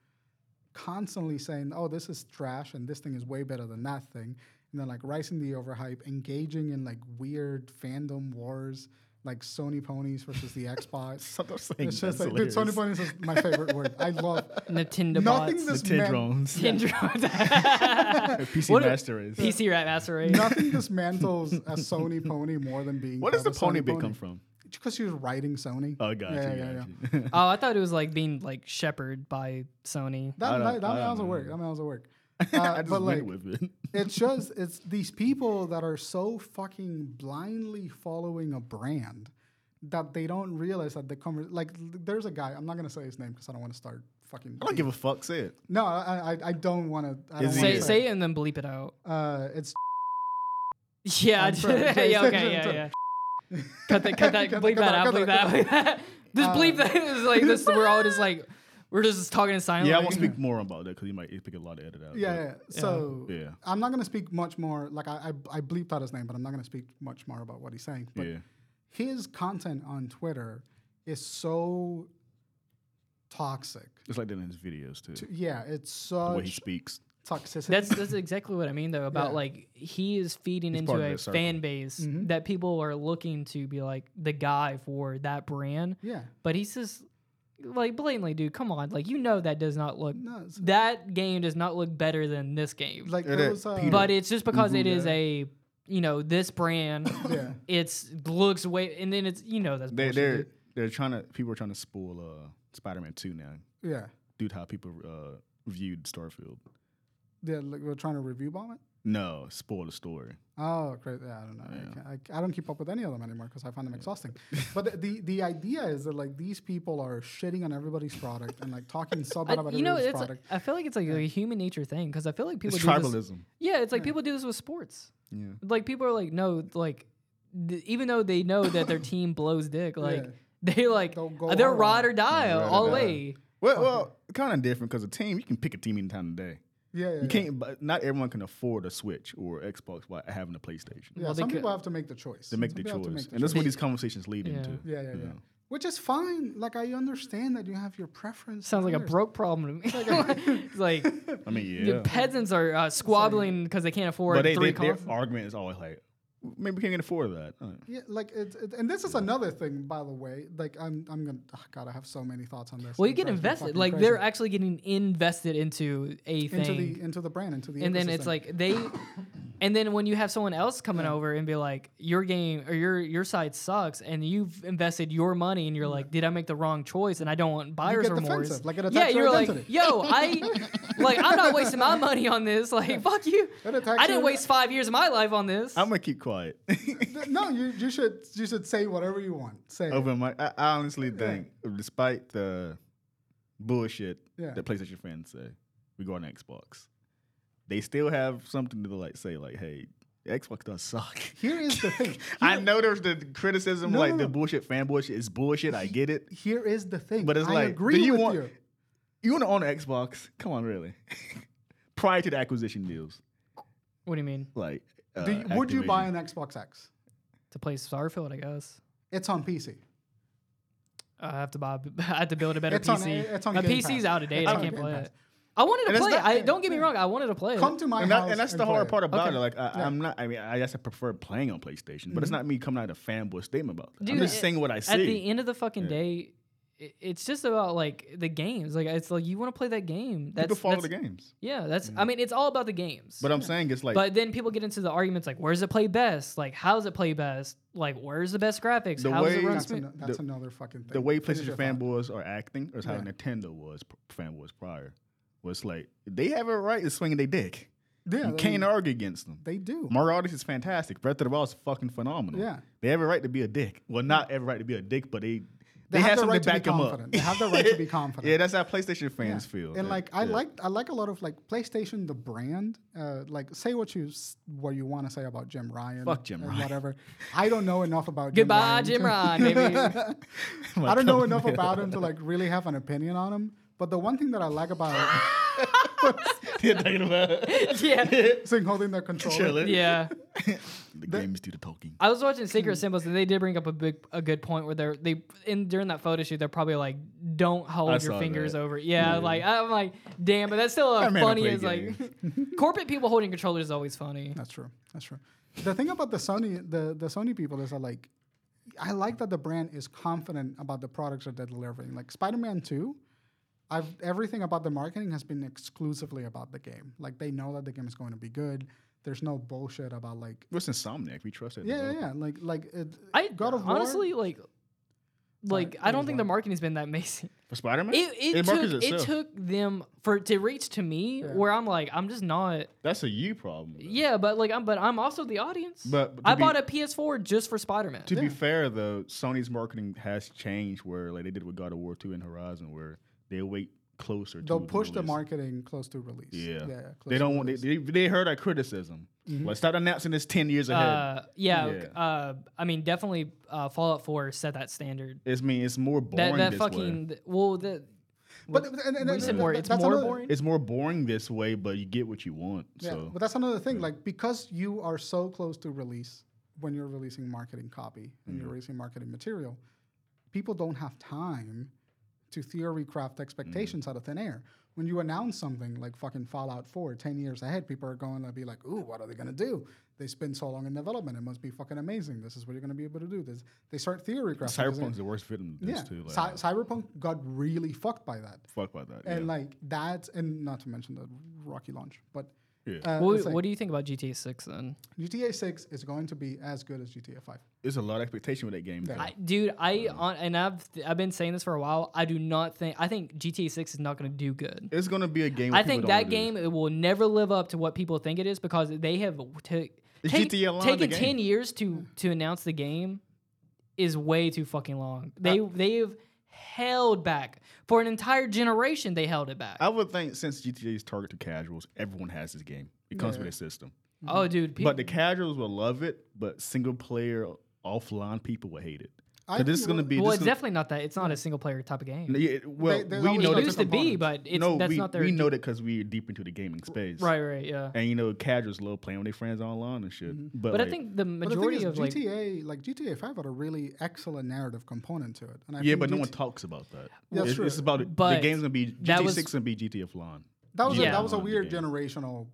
constantly saying, "Oh, this is trash," and this thing is way better than that thing, and then like rising the overhype, engaging in like weird fandom wars, like Sony ponies versus the Xbox. Stop saying It's just that's like, dude, Sony hilarious. ponies is my favorite word. I love Nintendo nothing bots. this The man, Tendrons. Nintendo. PC What a- Master Race. PC Rat Master Race. nothing dismantles a Sony pony more than being. Where does the called pony a Sony bit come from? Because she was writing Sony. Oh, gotcha, Yeah, yeah, yeah, yeah. gotcha. Oh, I thought it was like being like shepherded by Sony. I That don't- that, that I don't miles of know. work. That miles of work. I Uh, just but like, went with it. it's just it's these people that are so fucking blindly following a brand that they don't realize that the conver- like there's a guy I'm not gonna say his name because I don't want to start fucking. I don't give a fuck. Say it. no, I I, I don't want to. Is he- Say, Yeah. say it and then bleep it out. Uh, it's Yeah, I'm sorry. yeah, Sorry, yeah, sorry, okay, sorry, yeah, sorry. yeah. Cut that, cut that, Cut that, bleep that cut that, out, cut bleep that out. Just bleep that. It's like this. We're all just like, we're just talking in silence. Yeah, I like- won't speak more about that because you might pick a lot to edit out. Yeah, but- yeah. So Yeah. I'm not gonna speak much more. Like I, I, I bleeped out his name, but I'm not gonna speak much more about what he's saying. But Yeah. his content on Twitter is so toxic. It's like that in his videos too. To- uh, oh, Yeah, it's the way he such speaks. toxicity. That's that's exactly what I mean though about Yeah. like he is feeding He's into part of a that circle. fan base Mm-hmm. that people are looking to be like the guy for that brand. yeah. But he's just like blatantly, dude. Come on, like you know that does not look No, it's- that game does not look better than this game. Like It there is. was uh, Peter. but it's just because it is Mm-hmm, yeah. a you know this brand. yeah. It's looks way, and then it's you know that's They, bullshit, they're dude. they're trying to people are trying to spoil uh, Spider-Man Two now Yeah. due to how people uh, viewed Starfield. Yeah, like we're trying to review bomb it. No, spoil the story. Oh, great. Yeah, I don't know. I Yeah. can't- I, c- I don't keep up with any of them anymore because I find them exhausting. but the, the the idea is that like these people are shitting on everybody's product and like talking so bad I, about you know, everybody's it's. product. I feel like it's like a human nature thing because I feel like people it's do this- tribalism. Yeah, it's like people do this with sports. Yeah. Like people are like, no, like th- even though they know that their team blows dick, like they like uh, They'll go they're hard on rod it. or die Ride or all the die. way. Oh, Well, well, kind of different because a team you can pick a team any time of day. yeah, yeah, You can't. But not everyone can afford a Switch or Xbox while having a PlayStation. Yeah, Well, they some could- people have to make the choice. They make Some the people have choice, to make and that's what choice. these conversations lead Yeah. into. Yeah, yeah, yeah, Yeah. Which is fine. Like I understand that you have your preference. Sounds I like a understand. broke problem to me. It's like I mean, yeah. the peasants are uh, squabbling because they can't afford but they, three they, their consoles. argument is always like, maybe we can't get afford that. Uh, Yeah, like it's it, and this is another thing, by the way. Like I'm, I'm gonna. Oh God, I have so many thoughts on this. Well, you It get drives me invested. fucking Like crazy. they're actually getting invested into a thing. into the into the brand, into the. and then it's ecosystem. like they and then when you have someone else coming over and be like your game or your your side sucks and you've invested your money and you're like did i make the wrong choice and i don't want buyer's get remorse defensive, like it yeah attacks your you're like identity. yo i like i'm not wasting my money on this like fuck you It attacks i didn't your- waste five years of my life on this I'm gonna keep quiet. Th- no, you you should you should say whatever you want. Say it. Over my, I, I honestly think, despite the bullshit Yeah. that PlayStation fans say regarding Xbox, they still have something to like say, like, "Hey, Xbox does suck." Here is the thing. I know there's the criticism, No, like no, the no. bullshit fanboy shit is bullshit. I get it. Here is the thing. But it's I like, agree do you with want- you. You want to own an Xbox? Come on, really? Prior to the acquisition deals, what do you mean like, uh, Do you would you buy Activision. an Xbox X? to play starfield i guess It's on PC. i have to buy i have to build a better It's on- pc it's on my Game pc's Pass. out of date It's i on can't Game play Pass. it i wanted to And it's play not- it. i don't get me wrong i wanted to play Come it to my and, that- house. and that's the play hard it. part about Okay. it. Like, I, I'm not. I mean, I guess I prefer playing on PlayStation, Mm-hmm. but it's not me coming out a fanboy statement about it. I'm Dude, just it- saying what I at the see. end of the fucking day, i- it's just about like the games. Like it's like you want to play that game. That's, People follow the that's- games, Yeah, that's. Mm. I mean, it's all about the games. but I'm saying it's like But then people get into the arguments like, where's it play best? Like, how does it play best? Like, where's the best graphics? The how does it way- run That's, smooth? ano- that's The- another fucking thing. the way Finish your PlayStation thought. fanboys are acting, or is how Yeah. Nintendo was p- fanboys prior, was like they have a right to swinging their dick. Yeah, You I can't mean, argue against them. They do. Mario Odyssey is fantastic. Breath of the Wild is fucking phenomenal. Yeah. They have a right to be a dick. Well, not every right to be a dick, but they they, They have have, the something right to to be back them up. confident. They have the right to be confident. yeah, that's how PlayStation fans Yeah. feel. And Yeah. like I Yeah. like I like a lot of like PlayStation the brand. Uh, like say what you s- what you want to say about Jim Ryan. Fuck Jim and Ryan. Whatever. I don't know enough about. Goodbye, Jim Jim Ryan. Ryan, baby. My I don't know God. enough about him to like really have an opinion on him. But the one thing that I like about They're talking about yeah, is him holding the controller. chilling. yeah. The games do the talking. I was watching Secret Symbols, and they did bring up a big, a good point where they're they in during that photo shoot, they're probably like, "Don't hold I your saw fingers that. over." Yeah, like I'm like, damn, but that's still a That man don't funny. play Is like corporate people holding controllers is always funny. That's true. That's true. The thing about the Sony the the Sony people is that like I like that the brand is confident about the products that they're delivering. Like Spider-Man 2, I've everything about the marketing has been exclusively about the game. Like they know that the game is going to be good. There's no bullshit about like What's Insomniac? We trust that. yeah, yeah, developer. yeah. Like like it, I God of War? honestly like, like I what don't is think that? the marketing's been that amazing. For Spider Man, It it, took it took them for to reach to me where I'm like I'm just not That's a you problem. though. yeah, but like I'm but I'm also the audience. But- but to I be- bought a PS4 just for Spider Man. To be fair, though, Sony's marketing has changed where, like they did with God of War Two and Horizon, where they wait closer. They'll to push the release. marketing close to release. Yeah, close they to don't want. They, release. Mm-hmm. they, they heard our criticism. Let's start announcing this ten years ahead. Uh, yeah, Yeah. Uh, I mean definitely uh, Fallout 4 set that standard. it's I mean it's more boring. That that this way. fucking th- well the But and, and, and, recent more it's that's more another- boring. It's more boring this way, but you get what you want. Yeah, so but that's another thing. Like because you are so close to release when you're releasing marketing copy and Mm. you're releasing marketing material, people don't have time to theory craft Mm. expectations out of thin air. When you announce something like fucking Fallout 4 10 years ahead, people are going to be like, ooh, what are they going to do? They spend so long in development. It must be fucking amazing. This is what you're going to be able to do. This. They start theory crafting. 'cause they- Cyberpunk's the worst victim of this Yeah. too. Like, Cy- Cyberpunk got really fucked by that fuck by that. and yeah. like that and not to mention the rocky launch but Yeah. Uh, What, it's like what do you think about GTA 6 then? GTA 6 is going to be as good as GTA 5. There's a lot of expectation with that game. though. I, dude, I on, and I've I've been saying this for a while. I do not think I think GTA 6 is not going to do good. it's gonna be a game. where I people think don't that know game it will never live up to what people think it is because they have ta- The take- GTA line, taken the ten years to to announce the game is way too fucking long. They they've held back for an entire generation. They held it back. I would think since GTA is targeted to casuals, everyone has this game. It comes with a system. oh, dude, people, But the casuals will love it, but single player offline people will hate it. I 'Cause this think is gonna it'll- be. well, this it's is- definitely not that. It's not a single player type of game. Yeah, it- well, there's we always know other it that used to be, components. but it's no, that's we, not their. we know that because we're deep into the gaming space, right, right, yeah. And you know, casuals love playing with their friends online and shit. Mm-hmm. But, But I like, think the But the thing majority is, of like GTA, like GTA 5, had a really excellent narrative component to it. And I yeah, think but no GT one talks about that. That's it's, it's true. about the But game's gonna be that GTA was- Six and be GTA Offline. That was Yeah. a, that was a Online weird game. generational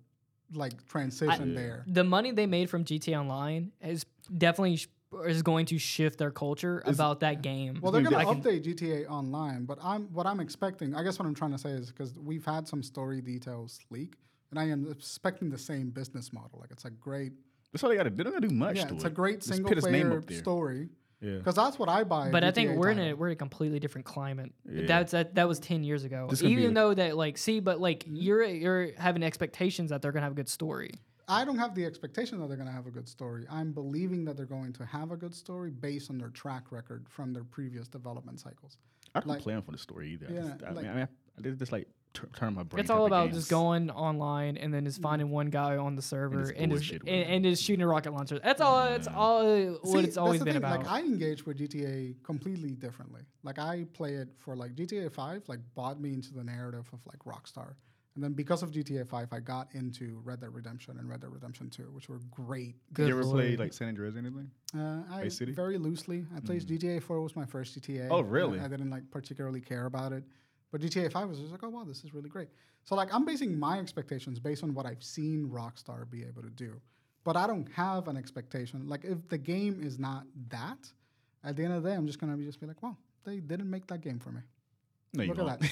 like transition there. the money they made from GTA Online is definitely sh- is going to shift their culture about that game. Well, they're Dude, going to I can- update GTA Online, but I'm what I'm expecting. I guess what I'm trying to say is because we've had some story details leak, and I am expecting the same business model. Like it's a great, That's all they gotta do. They don't gotta do much. yeah, to it's it. a great Just single put his name player up there. story. Yeah. Because that's what I buy. but I think GTA we're in title. a we're in a completely different climate. Yeah. That's that, that was ten years ago. This could be Even a- though that like see, but like you're you're having expectations that they're gonna have a good story. I don't have the expectation that they're going to have a good story. I'm believing that they're going to have a good story based on their track record from their previous development cycles. I don't like- plan for the story either. I Yeah, just- I, like- mean, I, mean, I- I did just like tur- turn my brain. It's type all of about games. just going online and then Mm-hmm. just finding one guy on the server just and just, bullshit and, with him. and just shooting a rocket launcher. That's all. That's all uh, what See, it's always that's the been thing, about. Like I engage with GTA completely differently. Like I play it for like GTA Five, like bought me into the narrative of like Rockstar, and then because of GTA Five, I got into Red Dead Redemption and Red Dead Redemption Two, which were great. Good you ever lord. play like San Andreas or anything? Uh, I Vice City? Mm. very loosely. I played GTA Four was my first GTA. Oh, and really? I didn't like particularly care about it, but GTA Five was just like, oh wow, this is really great. So like I'm basing my expectations based on what I've seen Rockstar be able to do, but I don't have an expectation. Like if the game is not that, at the end of the day, I'm just gonna be just be like, wow, they didn't make that game for me. No, you Look at won't. that.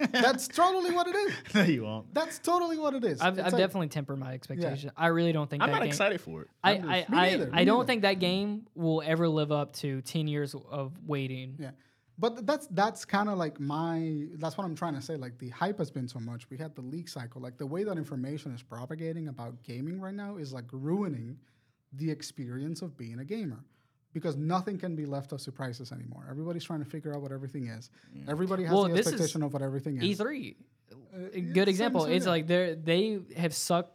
That's totally what it is. no, you won't. That's totally what it is. I've, It's I've like- definitely tempered my expectations. I really don't think I'm that not game, excited for it. I, I'm I, just- I, neither, me I don't neither. think that game will ever live up to 10 years of waiting. Yeah. But th- that's that's kind of like my that's what I'm trying to say. Like the hype has been so much. We had the leak cycle. Like the way that information is propagating about gaming right now is like ruining the experience of being a gamer. Because nothing can be left of surprises anymore. Everybody's trying to figure out what everything is. Everybody has Well, the this is expectation of what everything is. E3, E a Uh, yeah, good same- example. same, It's yeah. like they they have sucked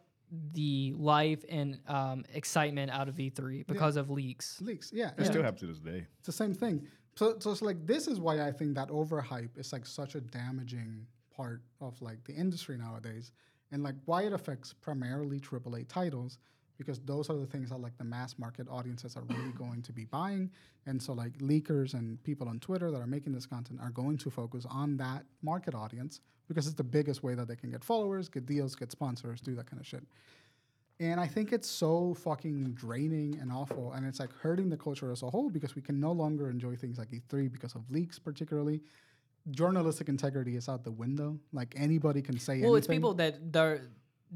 the life and um, excitement out of E3 because of leaks. Leaks, yeah. It yeah. still happens to this day. It's the same thing. So, so it's like this is why I think that overhype is like such a damaging part of like the industry nowadays, and like why it affects primarily AAA titles because those are the things that like the mass market audiences are really going to be buying, and so like leakers and people on Twitter that are making this content are going to focus on that market audience because it's the biggest way that they can get followers, get deals, get sponsors, do that kind of shit. And I think it's so fucking draining and awful. And it's like hurting the culture as a whole because we can no longer enjoy things like E3 because of leaks, particularly. Journalistic integrity is out the window. Like anybody can say anything. Well, it's people that they're,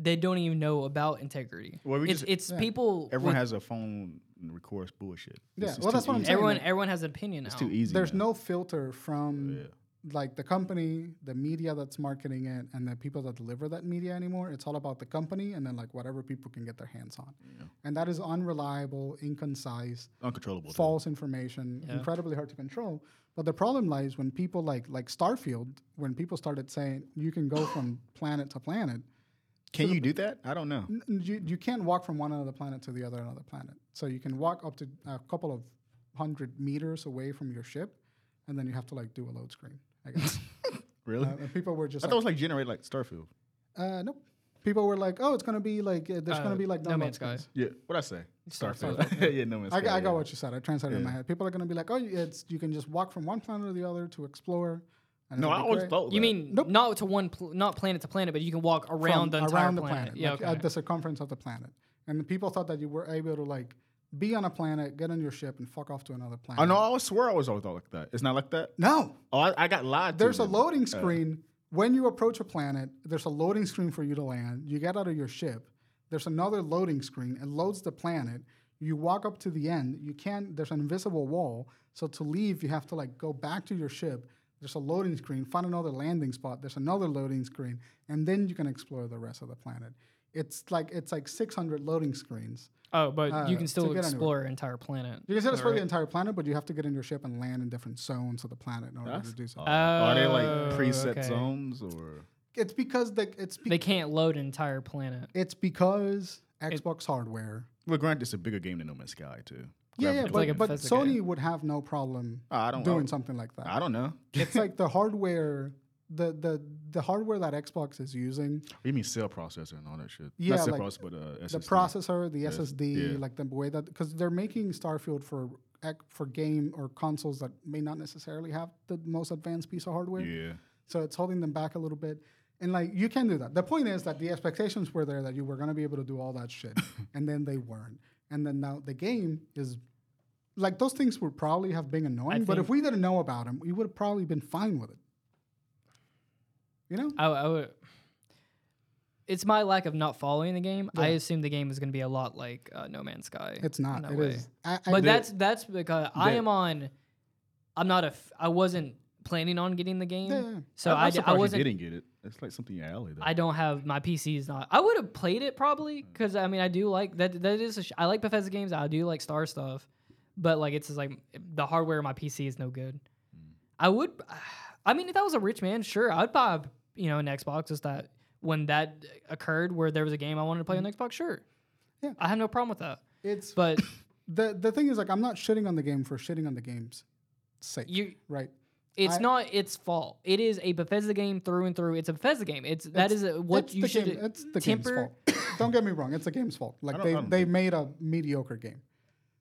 they don't even know about integrity. Well, we it's just- it's people. Everyone with- has a phone and records bullshit. Yeah, It's just well, that's too what I'm easy. saying. everyone like- everyone has an opinion It's now. too easy. There's now. no filter from like the company, the media that's marketing it, and the people that deliver that media anymore. It's all about the company and then like whatever people can get their hands on. And that is unreliable, inconcise. uncontrollable. thing. false information, incredibly hard to control. But the problem lies when people like like Starfield, when people started saying you can go from planet to planet, Can you do that? I don't know. n- n- you, you can't walk from one end of the planet to the other end of the planet. So you can walk up to a couple of hundred meters away from your ship, and then you have to like do a load screen. I guess. Really? Uh, and people were I just thought it like, was like generated like Starfield. uh, nope. People were like, oh, it's gonna be like uh, there's Uh, gonna be like No download Man's Sky. screens. Yeah. What I say? Starfield. Starfield. yeah, no man's I, Sky, I got yeah. what you said. I translated it in my head. People are gonna be like, oh, it's you can just walk from one planet to the other to explore. and No, it'll I be always great. thought. You that. mean Nope. not to one, pl- not planet to planet, but you can walk around the from entire planet. around the planet, Yeah, like, okay. at the circumference of the planet. And the people thought that you were able to like be on a planet, get on your ship, and fuck off to another planet. I know. I always swear I was always thought like that. It's not like that. No, Oh, I, I got lied. there's to a then. loading screen when you approach a planet, there's a loading screen for you to land. You get out of your ship. There's another loading screen. It loads the planet. You walk up to the end. You can't. There's an invisible wall. So to leave, you have to like go back to your ship. There's a loading screen. Find another landing spot. There's another loading screen, and then you can explore the rest of the planet. It's like it's like 600 loading screens. Oh, but Uh, you can to still get anywhere. explore an entire planet. You can still explore Alright. the entire planet, but you have to get in your ship and land in different zones of the planet in order That's to do so. Are they like Oh, preset okay. zones or? It's because the, it's be- They can't load an entire planet. it's because Xbox hardware. Well, granted, it's a bigger game than No Man's Sky too. Yeah, yeah, Gravity but, like a but Bethesda Sony game. would have no problem Oh, I don't. doing I, something like that. I don't know. it's like the hardware, the the the hardware that Xbox is using, You mean cell processor and all that shit? Yeah, Not cell like, processor, but uh, the SSD. processor, the Yes, SSD, yeah. like the way that because they're making Starfield for ec- for game or consoles that may not necessarily have the most advanced piece of hardware. Yeah. So it's holding them back a little bit. And like you can do that. The point is that the expectations were there that you were gonna be able to do all that shit. and then they weren't. And then now the game is like those things would probably have been annoying, but if think- we didn't know about them, we would have probably been fine with it. You know? I, I would. It's my lack of not following the game. I Yeah. assume the game is going to be a lot like uh, No Man's Sky. It's not. No It way. is. I, I- but that's that's because I they- am on. I'm not a. F- I wasn't planning on getting the game, Yeah, yeah. so I'm I, d- I surprised you wasn't. didn't get it. It's like something in your alley though. I don't have my PC is not. I would have played it probably Mm. because I mean I do like that. That is a sh- I like Bethesda games. I do like Star stuff, but like it's just like the hardware of my PC is no good. Mm. I would. I mean, if I was a rich man, sure, I'd buy you know an Xbox. Just that when that occurred, where there was a game I wanted to play on Xbox, sure, Mm. Yeah. I have no problem with that. it's But the the thing is like I'm not shitting on the game for shitting on the game's sake. you, right. It's I- not its fault. It is a Bethesda game through and through. It's a Bethesda game. It's, that is a, what It's you the should game, it's the temper. game's fault. don't get me wrong, it's the game's fault. Like don't- they, I don't they made a mediocre game.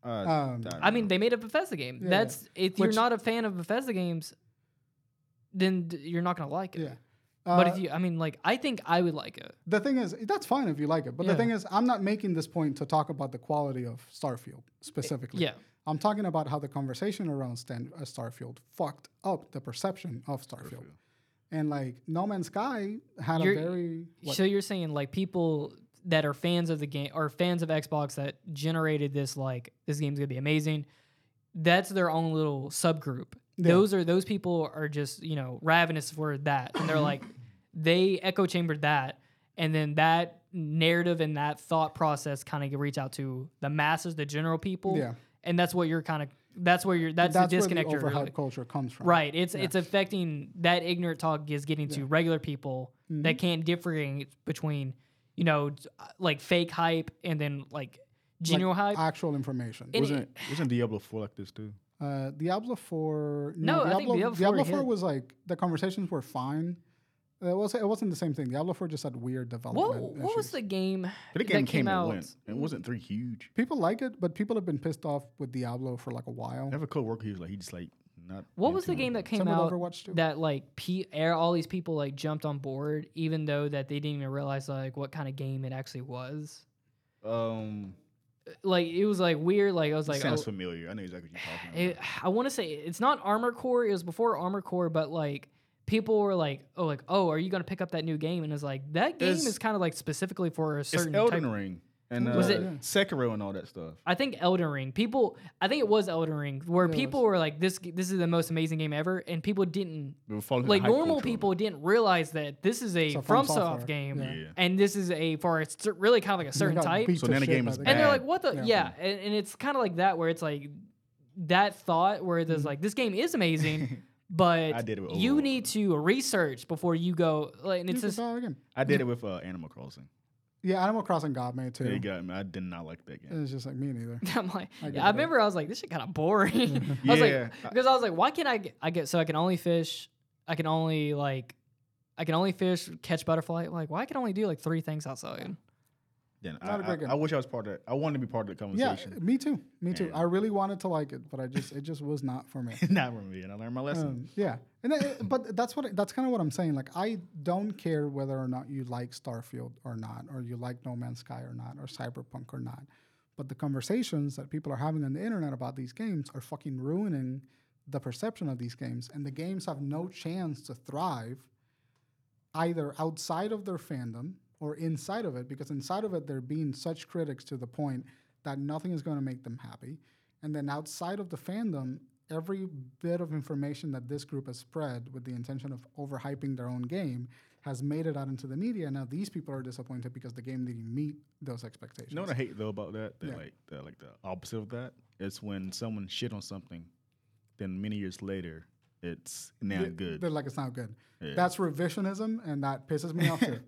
Uh, um, don't I mean, know. they made a Bethesda game. Yeah. That's if you're Which- not a fan of Bethesda games, then d- you're not gonna like it. Yeah. But Uh, if you, I mean, like I think I would like it. The thing is, that's fine if you like it. But the Yeah. thing is, I'm not making this point to talk about the quality of Starfield specifically. Yeah. I'm talking about how the conversation around Stan, uh, Starfield fucked up the perception of Starfield. And like No Man's Sky had You're- a very what, So you're saying like people that are fans of the game or fans of Xbox that generated this like this game's gonna be amazing. That's their own little subgroup. Those are those people are just you know ravenous for that, and they're Mm-hmm. like they echo chambered that, and then that narrative and that thought process kind of reach out to the masses, the general people. Yeah. and that's what you're kind of that's where you're that's, that's the where disconnect the you're overhype really- culture comes from. Right. It's it's affecting that ignorant talk is getting to regular people Mm-hmm. that can't differentiate between, you know, t- uh, like fake hype and then like Like, genuine hype. Actual information. And wasn't wasn't Diablo Four like this too? Uh, Diablo Four. No, I think Diablo 4 hit. was like the conversations were fine. It was it wasn't the same thing. Diablo Four just had weird development. what what was issues. the game But the that game came, came, and out? went. It wasn't three huge. People like it, but people have been pissed off with Diablo for like a while. I have a coworker who's like he just like not. What was the into it. game that came Same with out Overwatch too. that like P- air all these people like jumped on board even though that they didn't even realize like what kind of game it actually was. Um, Like it was like weird. Like I was like, sounds oh, familiar. I know exactly what you're talking about. it, I want to say it's not Armor Core. It was before Armor Core, but like people were like, "Oh, like oh, are you gonna pick up that new game?" And it's like that game It's- is kind of like specifically for a It's certain. Elden type. Ring and uh, Was it- Sekiro and all that stuff. I think Elden Ring. People, I think it was Elden Ring, where people were like, "This this is the most amazing game ever," and people didn't We were following the like hype normal culture of people didn't realize that this is a a From FromSoft Software. game, Yeah. Yeah. and this is a for a cer- really kind of like a certain got type. beat So to then the shit game by is and they're bad. like, "What the? Yeah. Yeah." And, and it's kind of like that where it's like that thought where there's like this game is amazing, but Mm-hmm. I did it with you Overwatch. need to research before you go. Like, and You it's can just try it again. I did it with uh, Animal Crossing. Yeah, Animal Crossing got me too. They got me. I did not like that game. It's just like me neither. I'm like, I I, get it. remember I was like, this shit kind of boring. I was Yeah. like, because I was like, why can't I? Get, I get so I can only fish. I can only like, I can only fish, catch butterfly. Like, why I can only do like three things outside? Then I, Not a great I- game. I wish I was part of that. I wanted to be part of the Yeah, conversation. me too. Me too. Yeah. I really wanted to like it, but I just it just was not for me. not from me, and I learned my lesson. Um, yeah, and that, but that's what that's kind of what I'm saying. Like I don't care whether or not you like Starfield or not, or you like No Man's Sky or not, or Cyberpunk or not. But the conversations that people are having on the internet about these games are fucking ruining the perception of these games, and the games have no chance to thrive either outside of their fandom or inside of it because inside of it they're being such critics to the point that nothing is going to make them happy and then outside of the fandom every bit of information that this group has spread with the intention of overhyping their own game has made it out into the media now these people are disappointed because the game didn't meet those expectations You know what I hate though about that? That Yeah. like the like the opposite of that. It's when someone shit on something, then many years later, it's now Yeah, good. They're like, it's not good. Yeah. That's revisionism, and that pisses me off too.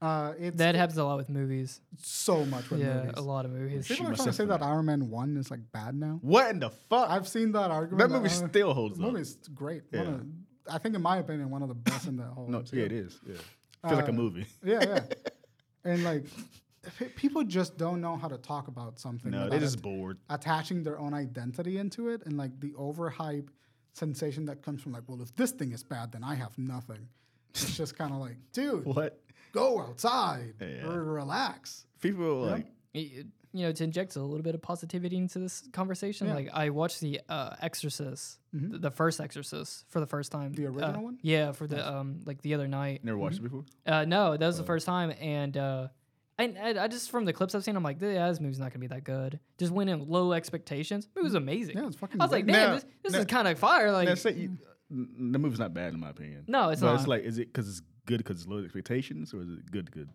Uh, it's That happens a lot with movies. so much with yeah, movies. a lot of movies. Shoot People are trying to myself say in that that. Iron Man One is like bad now. what in the fuck? I've seen that argument. that movie Iron- still holds the up. movie's great. One Yeah. of, I think, in my opinion, one of the best in the whole. No, MCU. yeah, it is. Yeah, feels like a Uh, movie. Yeah, yeah. and like, pe- people just don't know how to talk about something. No, without they're just att- bored. attaching their own identity into it, and like the overhype sensation that comes from like, well, if this thing is bad, then I have nothing. It's just kind of like, dude, What? go outside Yeah. or relax. People are like, you you know to inject a little bit of positivity into this conversation Yeah. like i watched the uh, exorcist th- the first exorcist for the first time The Uh, original one? yeah for the um like the other night never Mm-hmm. watched it before. uh no that was the first time and uh and and I just from the clips I've seen, I'm like, yeah, this movie's not gonna be that good. Just went in low expectations. It was amazing. Yeah, it's fucking I was like, great. damn, Now- this, this now- is kind of fire. Like, Now, say you, n- the movie's not bad in my opinion. mm. No, it's but not. It's like, is it because it's good because it's low expectations, or is it good good?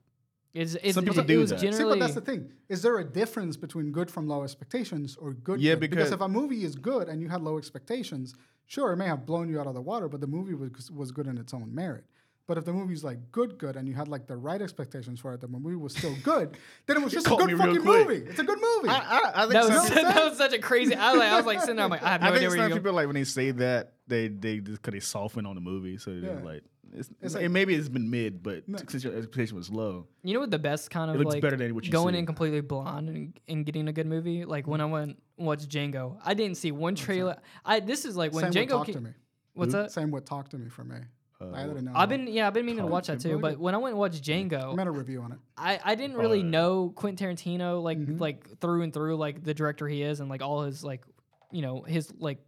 it's, it's, some it, people it do was that. See, but generally See, but that's the thing. Is there a difference between good from low expectations or good? Yeah, good? because because- if a movie is good and you had low expectations, sure, it may have blown you out of the water, but the movie was was good in its own merit. But if the movie's like good, good, and you had like the right expectations for it, the movie was still good, then it was just a caught good me real fucking quick. movie. It's a good movie. I, I think that some was, people- that was such a crazy. I was like, I was like sitting there, I'm like, I have no I think idea where some you're going. people like when they say that they they just because they soften on the movie, so they're Yeah. like, it's, it, maybe it's been mid, but since your expectation was low, You know what the best kind of looks like better than what you going see. Mm-hmm. in completely blind and, and getting a good movie. Like when I went watched Django, I didn't see one trailer. I this is like when Same with Django. Talk ca- to Me. what's Mm-hmm. that? Same with Talk to Me for me. Oh. I didn't know. I've been yeah, I've been meaning to Talk watch to that Me. too. But when I went and watched I Django, made a review on it. I, I didn't really Oh, yeah. know Quentin Tarantino like Mm-hmm. like through and through like the director he is and like all his like you know his like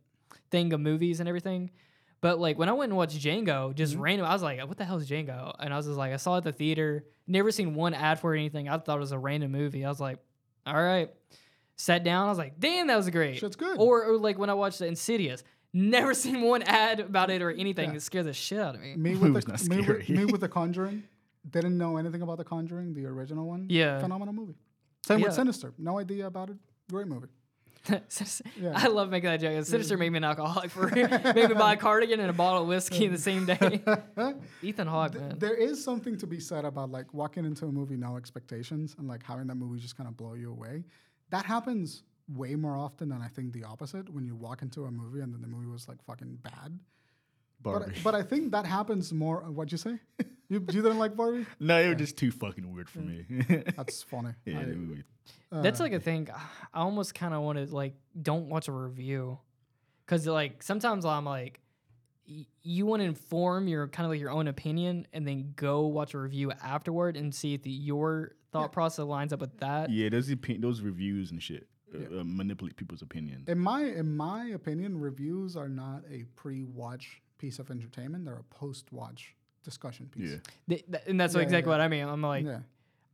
thing of movies and everything. But like when I went and watched Django, just Mm-hmm. random, I was like, "What the hell is Django?" And I was just like, I saw it at the theater, never seen one ad for it or anything. I thought it was a random movie. I was like, "All right." Sat down, I was like, "Damn, that was great." Shit's good. Or, or like when I watched the Insidious, never seen one ad about it or anything. Yeah. It scared the shit out of me. me with movie's the, not me, with, scary. me with the Conjuring. Didn't know anything about the Conjuring, the original one. Yeah. phenomenal movie. Same Yeah. with Sinister. No idea about it. Great movie. Sinister- Yeah. Mm. I love making that joke. Sinister made me an alcoholic for real. made me buy a cardigan and a bottle of whiskey in the same day. Ethan Hawke, man. There is something to be said about like walking into a movie no expectations and like having that movie just kind of blow you away. That happens way more often than I think the opposite when you walk into a movie and then the movie was like fucking bad. But Barbie. but I think that happens more. What'd you say? You, you didn't like Barbie? no, it was just too fucking weird for Mm. me. That's funny. yeah, I- the movie. uh, That's like a thing. I almost kind of want to like don't watch a review because like sometimes I'm like. y- You want to inform your kind of like your own opinion, and then go watch a review afterward and see if the, your thought process lines up with that. yeah, those opi- those reviews and shit uh, uh, manipulate people's opinions. In my in my opinion, reviews are not a pre-watch piece of entertainment. They're a post-watch discussion piece. Yeah. Th- th- and that's Yeah, yeah, exactly yeah. what I mean. I'm like, Yeah.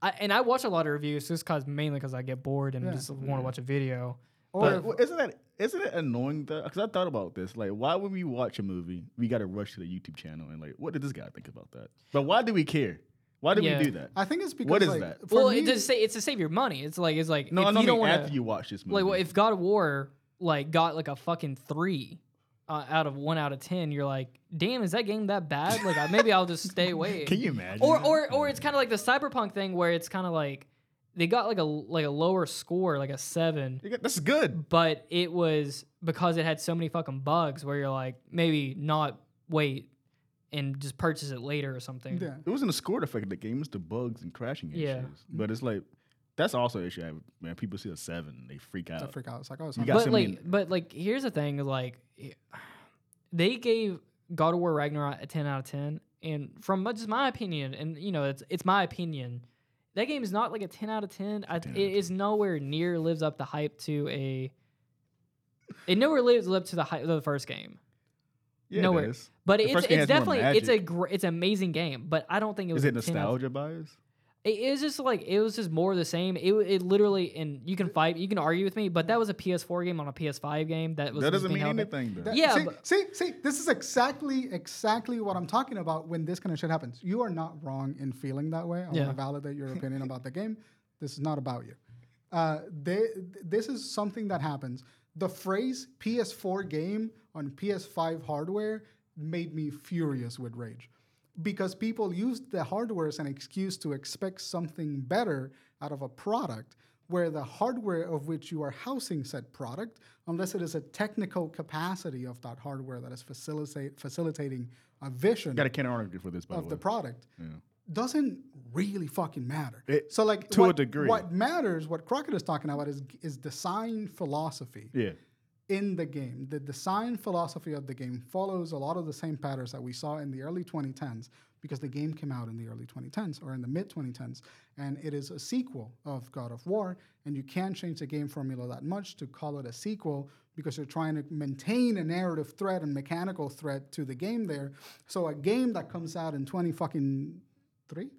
I, and I watch a lot of reviews just cause mainly because I get bored and just want to watch a video. Or But well, isn't that isn't it annoying though? Because I thought about this. Like, why would we watch a movie? We got to rush to the YouTube channel and like, what did this guy think about that? But why do we care? Why do Yeah. we do that? I think it's because What is like, that? for well, me- it does say it's to save your money. It's like it's like no, if I you don't don't mean want after to you watch this movie. like well, if God of War like got like a fucking three uh, out of one out of ten, you're like, damn, is that game that bad? Like I, maybe I'll just stay away. Can you imagine? Or or or it's kind of like the cyberpunk thing where it's kind of like they got like a like a lower score, like a seven, You got- that's good. but it was because it had so many fucking bugs where you're like maybe not wait and just purchase it later or something. yeah. It wasn't the score that affected the game. It was the bugs and crashing issues. Yeah. But it's like that's also an issue. I have, man, people see a seven, they freak I out. freak out. It's like, oh, it's You not got but so like, many- but like, here's the thing: like, they gave God of War Ragnarok a ten out of ten, and from my- just my opinion, and you know, it's it's my opinion. That game is not like a ten out of ten. I, it is nowhere near lives up the hype to a. It nowhere lives up to the hype of the first game. Yeah, it nowhere. does. But The it's first game it's has more definitely it's a magic. gr- it's an amazing game. But I don't think it was Is it a 10 out of nostalgia bias? It is just like it was just more of the same. It it literally and you can fight, you can argue with me, but that was a PS4 game on a PS5 game. That was That just doesn't being mean held up. anything, though. That- Yeah, See, but- see, see, this is exactly, exactly what I'm talking about when this kind of shit happens. You are not wrong in feeling that way. Oh I want Yeah. to validate your opinion about the game. This is not about you. Uh, they, th- this is something that happens. The phrase PS4 game on PS5 hardware made me furious with rage because people used the hardware as an excuse to expect something better out of a product where the hardware of which you are housing said product, unless it is a technical capacity of that hardware that is facilitate, facilitating a vision Got a counter argument for this, by the of way. the product, doesn't really fucking matter. It- so like to a what, degree. what matters, what Crockett is talking about is is design philosophy yeah, in the game. The design philosophy of the game follows a lot of the same patterns that we saw in the early 2010s because the game came out in the early 2010s or in the mid 2010s and it is a sequel of God of War and you can't change the game formula that much to call it a sequel because you're trying to maintain a narrative thread and mechanical thread to the game there. So a game that comes out in 20 fucking 3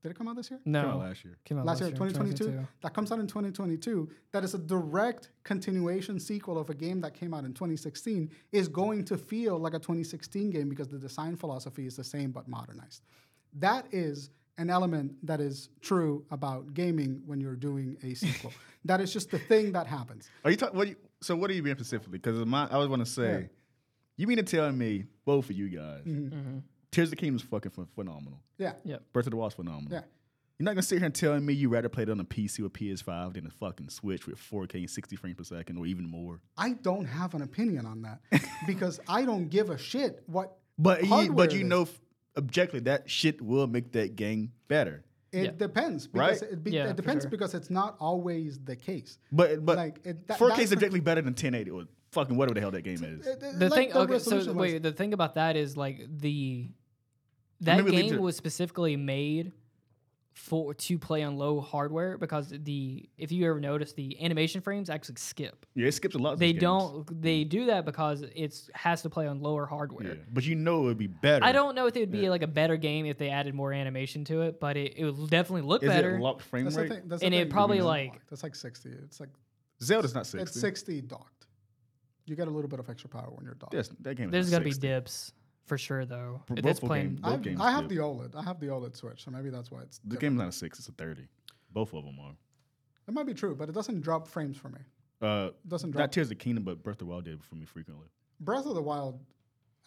did it come out this year? Came out No, last year. Came out last year, in 2022, that comes out in 2022, that is a direct continuation sequel of a game that came out in 2016, is going to feel like a 2016 game because the design philosophy is the same but modernized. That is an element that is true about gaming when you're doing a sequel. that is just the thing that happens. Are you talking? What? do You, so what are you being specifically? Because my, I was want to say, you mean to tell me both of you guys, Mm-hmm. Mm-hmm. Tears of the Kingdom is fucking ph- phenomenal. Yeah. Yep. Birth of the Wild's phenomenal. Yeah. You're not gonna sit here and tell me you rather play it on a PC with PS5 than a fucking Switch with 4K and 60 frames per second or even more. I don't have an opinion on that because I don't give a shit what But you, hardware but it you is. know, f- objectively that shit will make that game better. It Yeah. depends because Right? it, be, Yeah, it for depends sure. because it's not always the case. But but Like, it- that- 4K that's is the- objectively better than 1080 or fucking whatever the hell that game is. The thing, okay, so resolution-wise. wait, the thing about that is like the that Maybe leave game it- was specifically made for to play on low hardware because the if you ever notice the animation frames actually skip. Yeah, it skips a lot. Of They these games. don't. They do that because it's has to play on lower hardware. Yeah. But you know it would be better. I don't know if it would be like a better game if they added more animation to it, but it, it would definitely look Is better. it locked frame That's rate? the thing. That's And the it thing. probably, It's not like- locked. that's like sixty. It's like Zelda's not 60. it's sixty docked. You get a little bit of extra power when you're docked. Yes, that game. There's is got to be 60. dips for sure, though. For If both it's of them. playing, I Both have, games I have do. the OLED. I have the OLED Switch, so maybe that's why it's. The different. game's not a six; it's a thirty. Both of them are. It might be true, but it doesn't drop frames for me. Uh, doesn't drop. not Tears of the Kingdom, but Breath of the Wild did for me frequently. Breath of the Wild.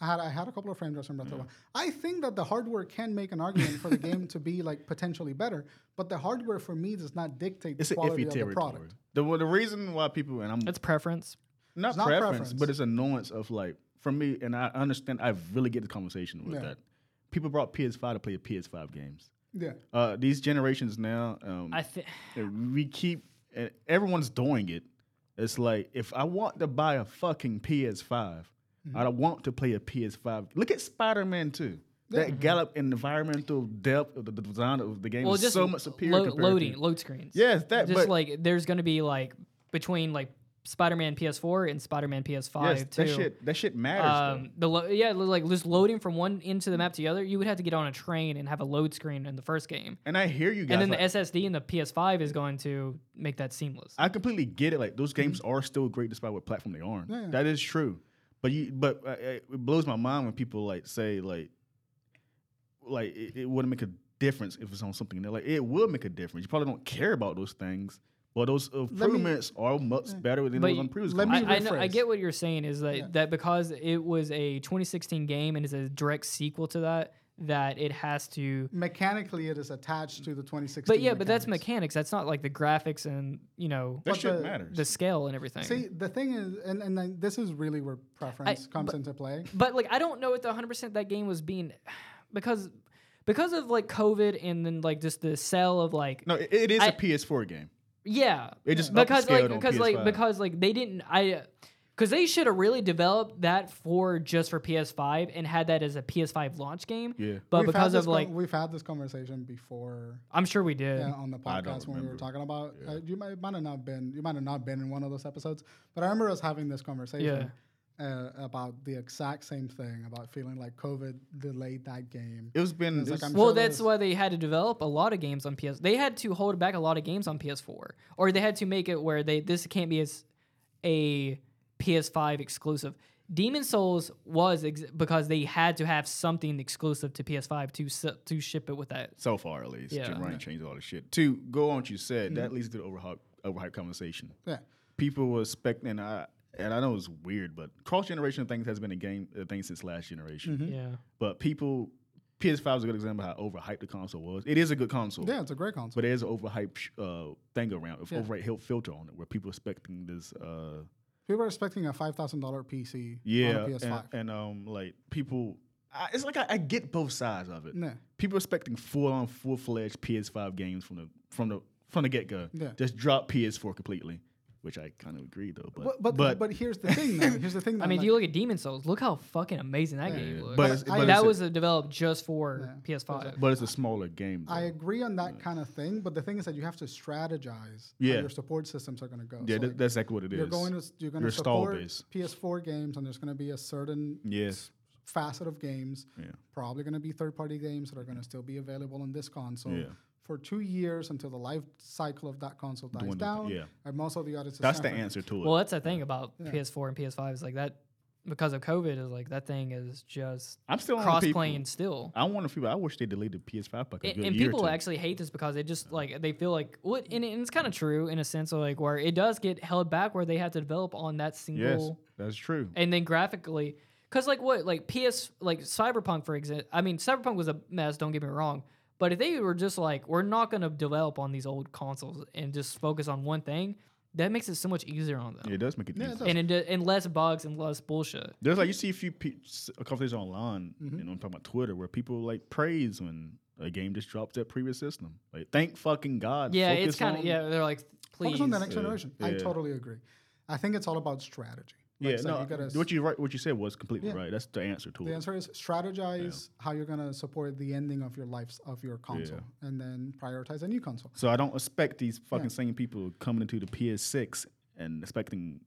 I had, I had a couple of frame drops from Breath Mm. of the Wild. I think that the hardware can make an argument for the game to be like potentially better, but the hardware for me does not dictate It's the an quality iffy of the territory. product. The, well, the reason why people and I'm it's preference. not, not preference, preference. but it's annoyance of like for me, and I understand. I really get the conversation with Yeah. that. People brought PS5 to play PS5 games. Yeah, Uh, these generations now, um, I think. we keep and everyone's doing it. It's like if I want to buy a fucking PS5, I don't want to play a PS5. Look at Spider Man 2. That gallop in environmental depth of the the design of the game Well, is just so much superior. lo- compared loading, To, load screens. yes, that. just but like there's gonna be like between like Spider-Man PS4 and Spider-Man PS5 yes, too. that shit. That shit matters. though. um, the lo- yeah, lo- like just loading from one end to the map to the other, you would have to get on a train and have a load screen in the first game, And I hear you guys. and then the like, SSD and the PS5 is going to make that seamless. I completely get it. Like those games are still great despite what platform they are on. Yeah, yeah. That is true. But you, but uh, uh, it blows my mind when people like say like, like it, it wouldn't make a difference if it's on something. They're like, it will make a difference. You probably don't care about those things, but those improvements are much better than But those you- on previous. let consoles. me I, I, know, I rephrase. get what you're saying is that that because it was a 2016 game and is a direct sequel to that, that it has to. mechanically it is attached to the 2016. But yeah, but that's mechanics. mechanics. That's not like the graphics and you know that but shit the- matters. the scale and everything. See, the thing is, and, and then this is really where preference comes into play. but like I don't know if the 100 percent that game was being because because of like COVID and then like just the sell of like no, it, it is a I- PS4 game. yeah It just because upscaled like on because like PS5. because like they didn't I because they should have really developed that for just for PS5 and had that as a PS5 launch game. Yeah. But We've had because this of con- like we've had this conversation before I'm sure we did. uh, on the I don't podcast when we were remember. talking about. Uh, you might might have not been you might have not been in one of those episodes, but I remember us having this conversation. Yeah. uh, about the exact same thing about feeling like COVID delayed that game. It was been It's it like was- I'm Well, sure that's there's- why they had to develop a lot of games on PS. They had to hold back a lot of games on PS4, or they had to make it where they this can't be as a PS5 exclusive. Demon Souls was ex- because they had to have something exclusive to PS5 to s- to ship it with that. so far at least. Yeah. Jim Ryan changed all the shit. To go on what you said, Mm-hmm. that leads to the overhyped, overhyped conversation. Yeah. People were expecting, and I and I know it's weird, but cross generation things has been a game a thing since last generation. Mm-hmm. Yeah. But people, PS5 is a good example of how overhyped the console was. It is a good console. Yeah, it's a great console. But there's an overhyped sh- uh, thing around, yeah. overhyped help filter on it, where people expecting this. Uh, People are expecting a five thousand dollar PC on yeah, a PS5. and, and um, like people, I, it's like I, I get both sides of it. Yeah. People expecting full on, full fledged PS5 games from the from the from the get go. Yeah. Just drop PS4 completely, which I kind of agree though. But but, but, but here's the thing. Though. Here's the thing. Though, I mean, if like, you look at Demon Souls, look how fucking amazing that game looks. but it's- I- but that it's a- was a, developed just for PS5. but it's a smaller game. I though. agree on that kind of thing, but the thing is that you have to strategize Mm. Yeah. how your support systems are going to go. yeah, So, that, like, that's exactly what it is. you're going to you're going your to stall support base. PS4 games, and there's going to be a certain yes. facet of games. Yeah. Probably going to be third party games that are going to still be available on this console. Yeah. For two years until the life cycle of that console dies Dwindle, down, yeah. and most of the audiences. That's the suffer. answer to it. Well, that's the thing about PS4 and PS5 is like that because of COVID is like that thing is just I'm still on the cross people- playing still. I want to feel. I wish they deleted PS5 like a And, good and year or people two. actually hate this because it just like they feel like what and, it- and it's kind of true in a sense of like where it does get held back where they have to develop on that single Yes, that's true. and then graphically because like what like ps like cyberpunk for example i mean cyberpunk was a mess don't get me wrong but if they were just like we're not going to develop on these old consoles and just focus on one thing that makes it so much easier on them Yeah, it does make it. Yeah, it easier. does. and, it, do- and less bugs and less bullshit There's like you see a few pe- s- a conversation online, you know, I'm talking about Twitter, where people like praise when a game just drops that previous system. Like, thank fucking God. yeah focus it's kind of on- yeah they're like please Focus on the next Yeah, generation. I yeah. totally agree. I think it's all about strategy. Like, yeah. so no, you gotta what you right, what you said was completely Yeah. right. That's the answer to The it. answer is strategize how you're gonna support the ending of your lives of your console, and then prioritize a new console. So I don't expect these fucking same people coming into the PS6 and expecting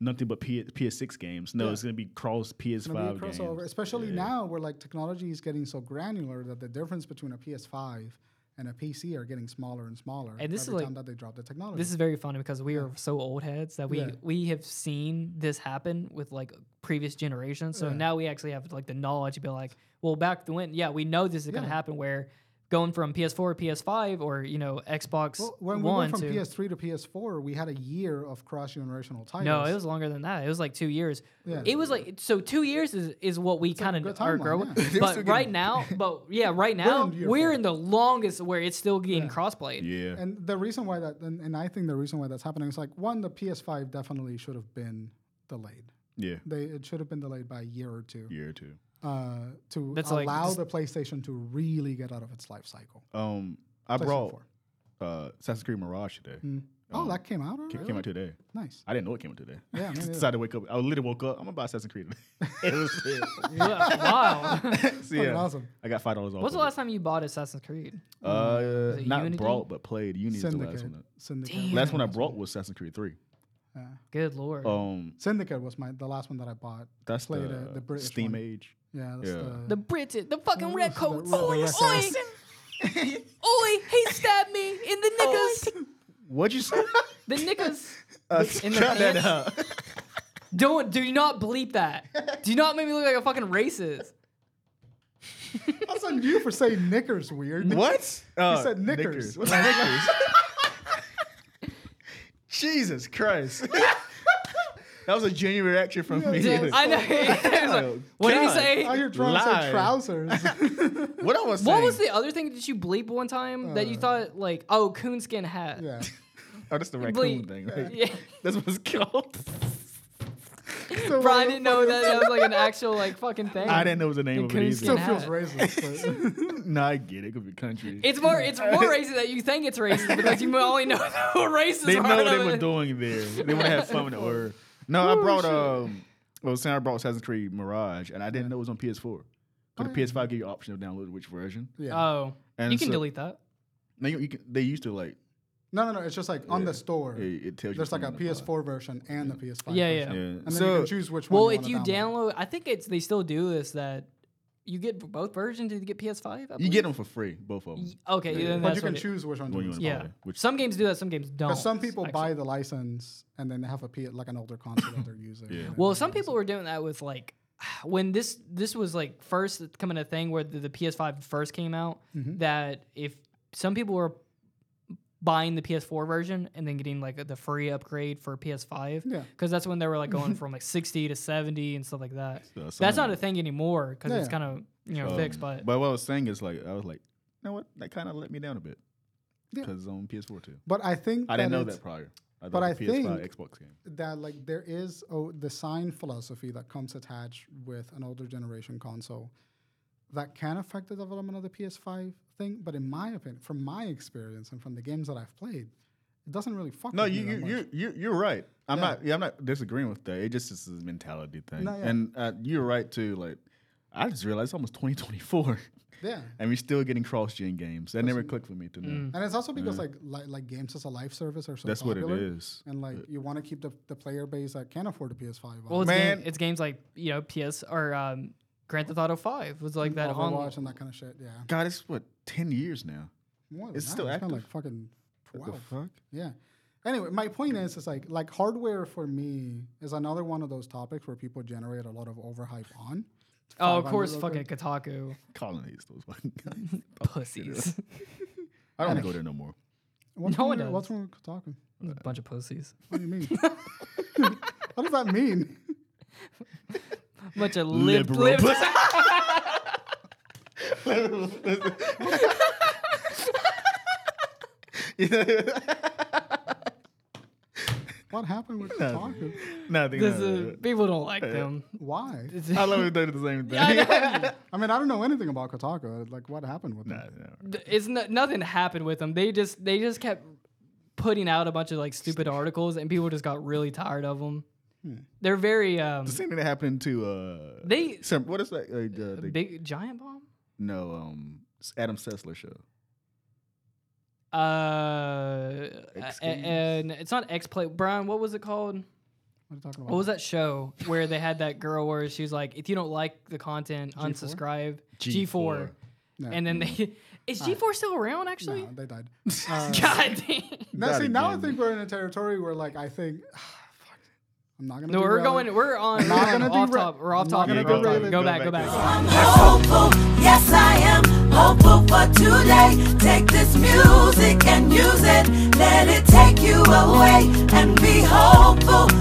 nothing but P- PS6 games. No, it's gonna be cross PS5 Gonna be a games. crossover, especially now where like technology is getting so granular that the difference between a PS5 and a PC are getting smaller and smaller And this is every like- time that they drop the technology. This is very funny because we are so old heads that we Yeah. we have seen this happen with like previous generations. So now we actually have like the knowledge to be like, well, back when, yeah, we know this is going to Yeah. happen. Where going from PS4 to PS5 or you know Xbox Well, when we One went from to PS3 to PS4, we had a year of cross generational titles. no, it was longer than that. It was like two years. Yeah. It was like so two years is, is what we kind good of are timeline, growing. yeah. But right now, but yeah, right now in year we're four. in the longest where it's still getting crossplayed. Yeah. And the reason why that, and, and I think the reason why that's happening is like one, the PS5 definitely should have been delayed. yeah. They it should have been delayed by a year or two Year or two. uh, to That's like allow just- the PlayStation to really get out of its life cycle. Um, I PlayStation brought 4. uh, Assassin's Creed Mirage today. Oh, that came out Ca- already. Came out today. nice. I didn't know it came out today. Yeah, me just neither. decided to wake up. I literally woke up. I'm gonna buy Assassin's Creed. it was it. wow. So, yeah, awesome. I got five dollars off. When's the of last time you bought Assassin's Creed? it. Uh, it not Unity? brought, but played. Unity's the last Syndicate. one. Syndicate. Damn. that- Last one I brought was Assassin's Creed Three. Good lord. Um, Syndicate was my the last one that I bought. that's Played the, it, the British Steam one. Age. Yeah, that's Yeah. The the. British, the fucking red the coat. red- the Oi, red oi, oi, he stabbed me in the niggas. What'd you say? The niggas. uh, in the cut that pants? out. Don't, do not bleep that. Do not make me look like a fucking racist. That's on you for saying knickers weird. What? Uh, said knickers. What's knickers? Jesus Christ. That was a genuine reaction from me. I know. Oh, What did you God. say? Now you're trying to Lie. say trousers. What I was saying. what was the other thing that you bleep one time that Uh. you thought like, oh, coonskin hat? yeah. Oh, that's the raccoon Bleep. thing. right? Yeah. That's what it's called. So Brian didn't know that that was like an actual like fucking thing. I didn't know it was the name And of it coonskin either. Still hat. feels racist. no, I get it. Could be country. It's more, it's more racist that you think it's racist because you only know the racist they part know what of they were it. doing there. They would have fun with the word. No, I brought um. Well, saying I brought Assassin's Creed Mirage, and I didn't know it was on PS4. Because the PS5 gave you option of downloading which version. But yeah. Oh, And you can so- delete that. Now you, you can, they used to like No, no, no. It's just like on the store. It, it tells you. There's like a something on the PS4 version and the PS5. Yeah, version. box. yeah. Yeah. And then you so can choose which one. Well, if you wanna download, I think it's they still do this that you get both versions. Did you get PS5? I you believe? get them for free, both of them. Y- Okay, Yeah, yeah. then But But that's you can what it- choose which one. What you Because wanna Yeah, buy, which- some games do that, some games don't. some people actually. buy the license and then they have a P, like an older console that they're using. Yeah. Well, some people were doing that with like when this this was like first coming a thing where the, the PS5 first came out. Mm-hmm. That if some people were buying the PS4 version and then getting like the free upgrade for PS5, Yeah. because that's when they were like going from like 60 to 70 and stuff like that. So That's not someone- a thing anymore because it's Yeah. kind of you know fixed, Um, but what I was saying is like I was like, you know what? That kind of let me down a bit Yeah. because it's on PS4 too. But I think I didn't know it's- that prior. I but thought I it was a PS5 think- Xbox game. that like there is a design philosophy that comes attached with an older generation console that can affect the development of the PS5 thing. But in my opinion, from my experience and from the games that I've played, it doesn't really fuck. No, with you me that you much. you you you're right. I'm Yeah. not. Yeah, I'm not disagreeing with that. It just is a mentality thing. No, yeah. And uh, you're right too. Like I just realized it's almost 2024, yeah. and we're still getting cross-gen games. That never clicked with me to now. And it's also because like, like like games as a life service are mm. so That's what it popular, is. and like you want to keep the, the player base that can afford a PS5. Well, on. it's, game, Man. it's games like you know PS or um, Grand Theft Auto Five was like that on. Overwatch and that kind of shit. Yeah, God, it's what 10 years now. More than It's that, still kinda active? like fucking What the twelve. fuck? Yeah. Anyway, my point is, it's like like hardware for me is another one of those topics where people generate a lot of overhype on. Oh, Five of on course, Overwatch. fucking Kotaku Colonies, those fucking guys. pussies, I don't wanna go there no more. What's No wrong one with- does. What's wrong with Kotaku? a bunch of pussies, What do you mean? what does that mean? bunch of lib Liberal lib. pussy. What happened with Kotaku? Nothing. This is- people don't like them. Why? I love it. They do the same thing. I know. I mean, I don't know anything about Kotaku. Like, what happened with Nah, that? nah. it's no, nothing happened with them. They just they just kept putting out a bunch of like stupid articles, and people just got really tired of them. Hmm. They're very um, The same thing that happened to uh, they some, what is that? Uh, the, the, big giant bomb. no, um, Adam Sessler show. Uh, uh, X Games? and it's not X Play. Brian, what was it called? What are you talking about? What was that show where they had that girl where she was like, if you don't like the content, unsubscribe. G4. G4. No. And then Mm-hmm. they. Is G4 still around, actually? No, they died. Uh, God damn. now, That see, now I again. think we're in a territory where, like, I think, fuck, I'm not gonna. No, we're derail going. it. We're on. not We're on gonna off derail- top. We're off I'm not topic. gonna we're off topic. derail it. Go back. Go back. I'm hopeful, yes I am hopeful for today. Take this music and use it, let it take you away and be hopeful.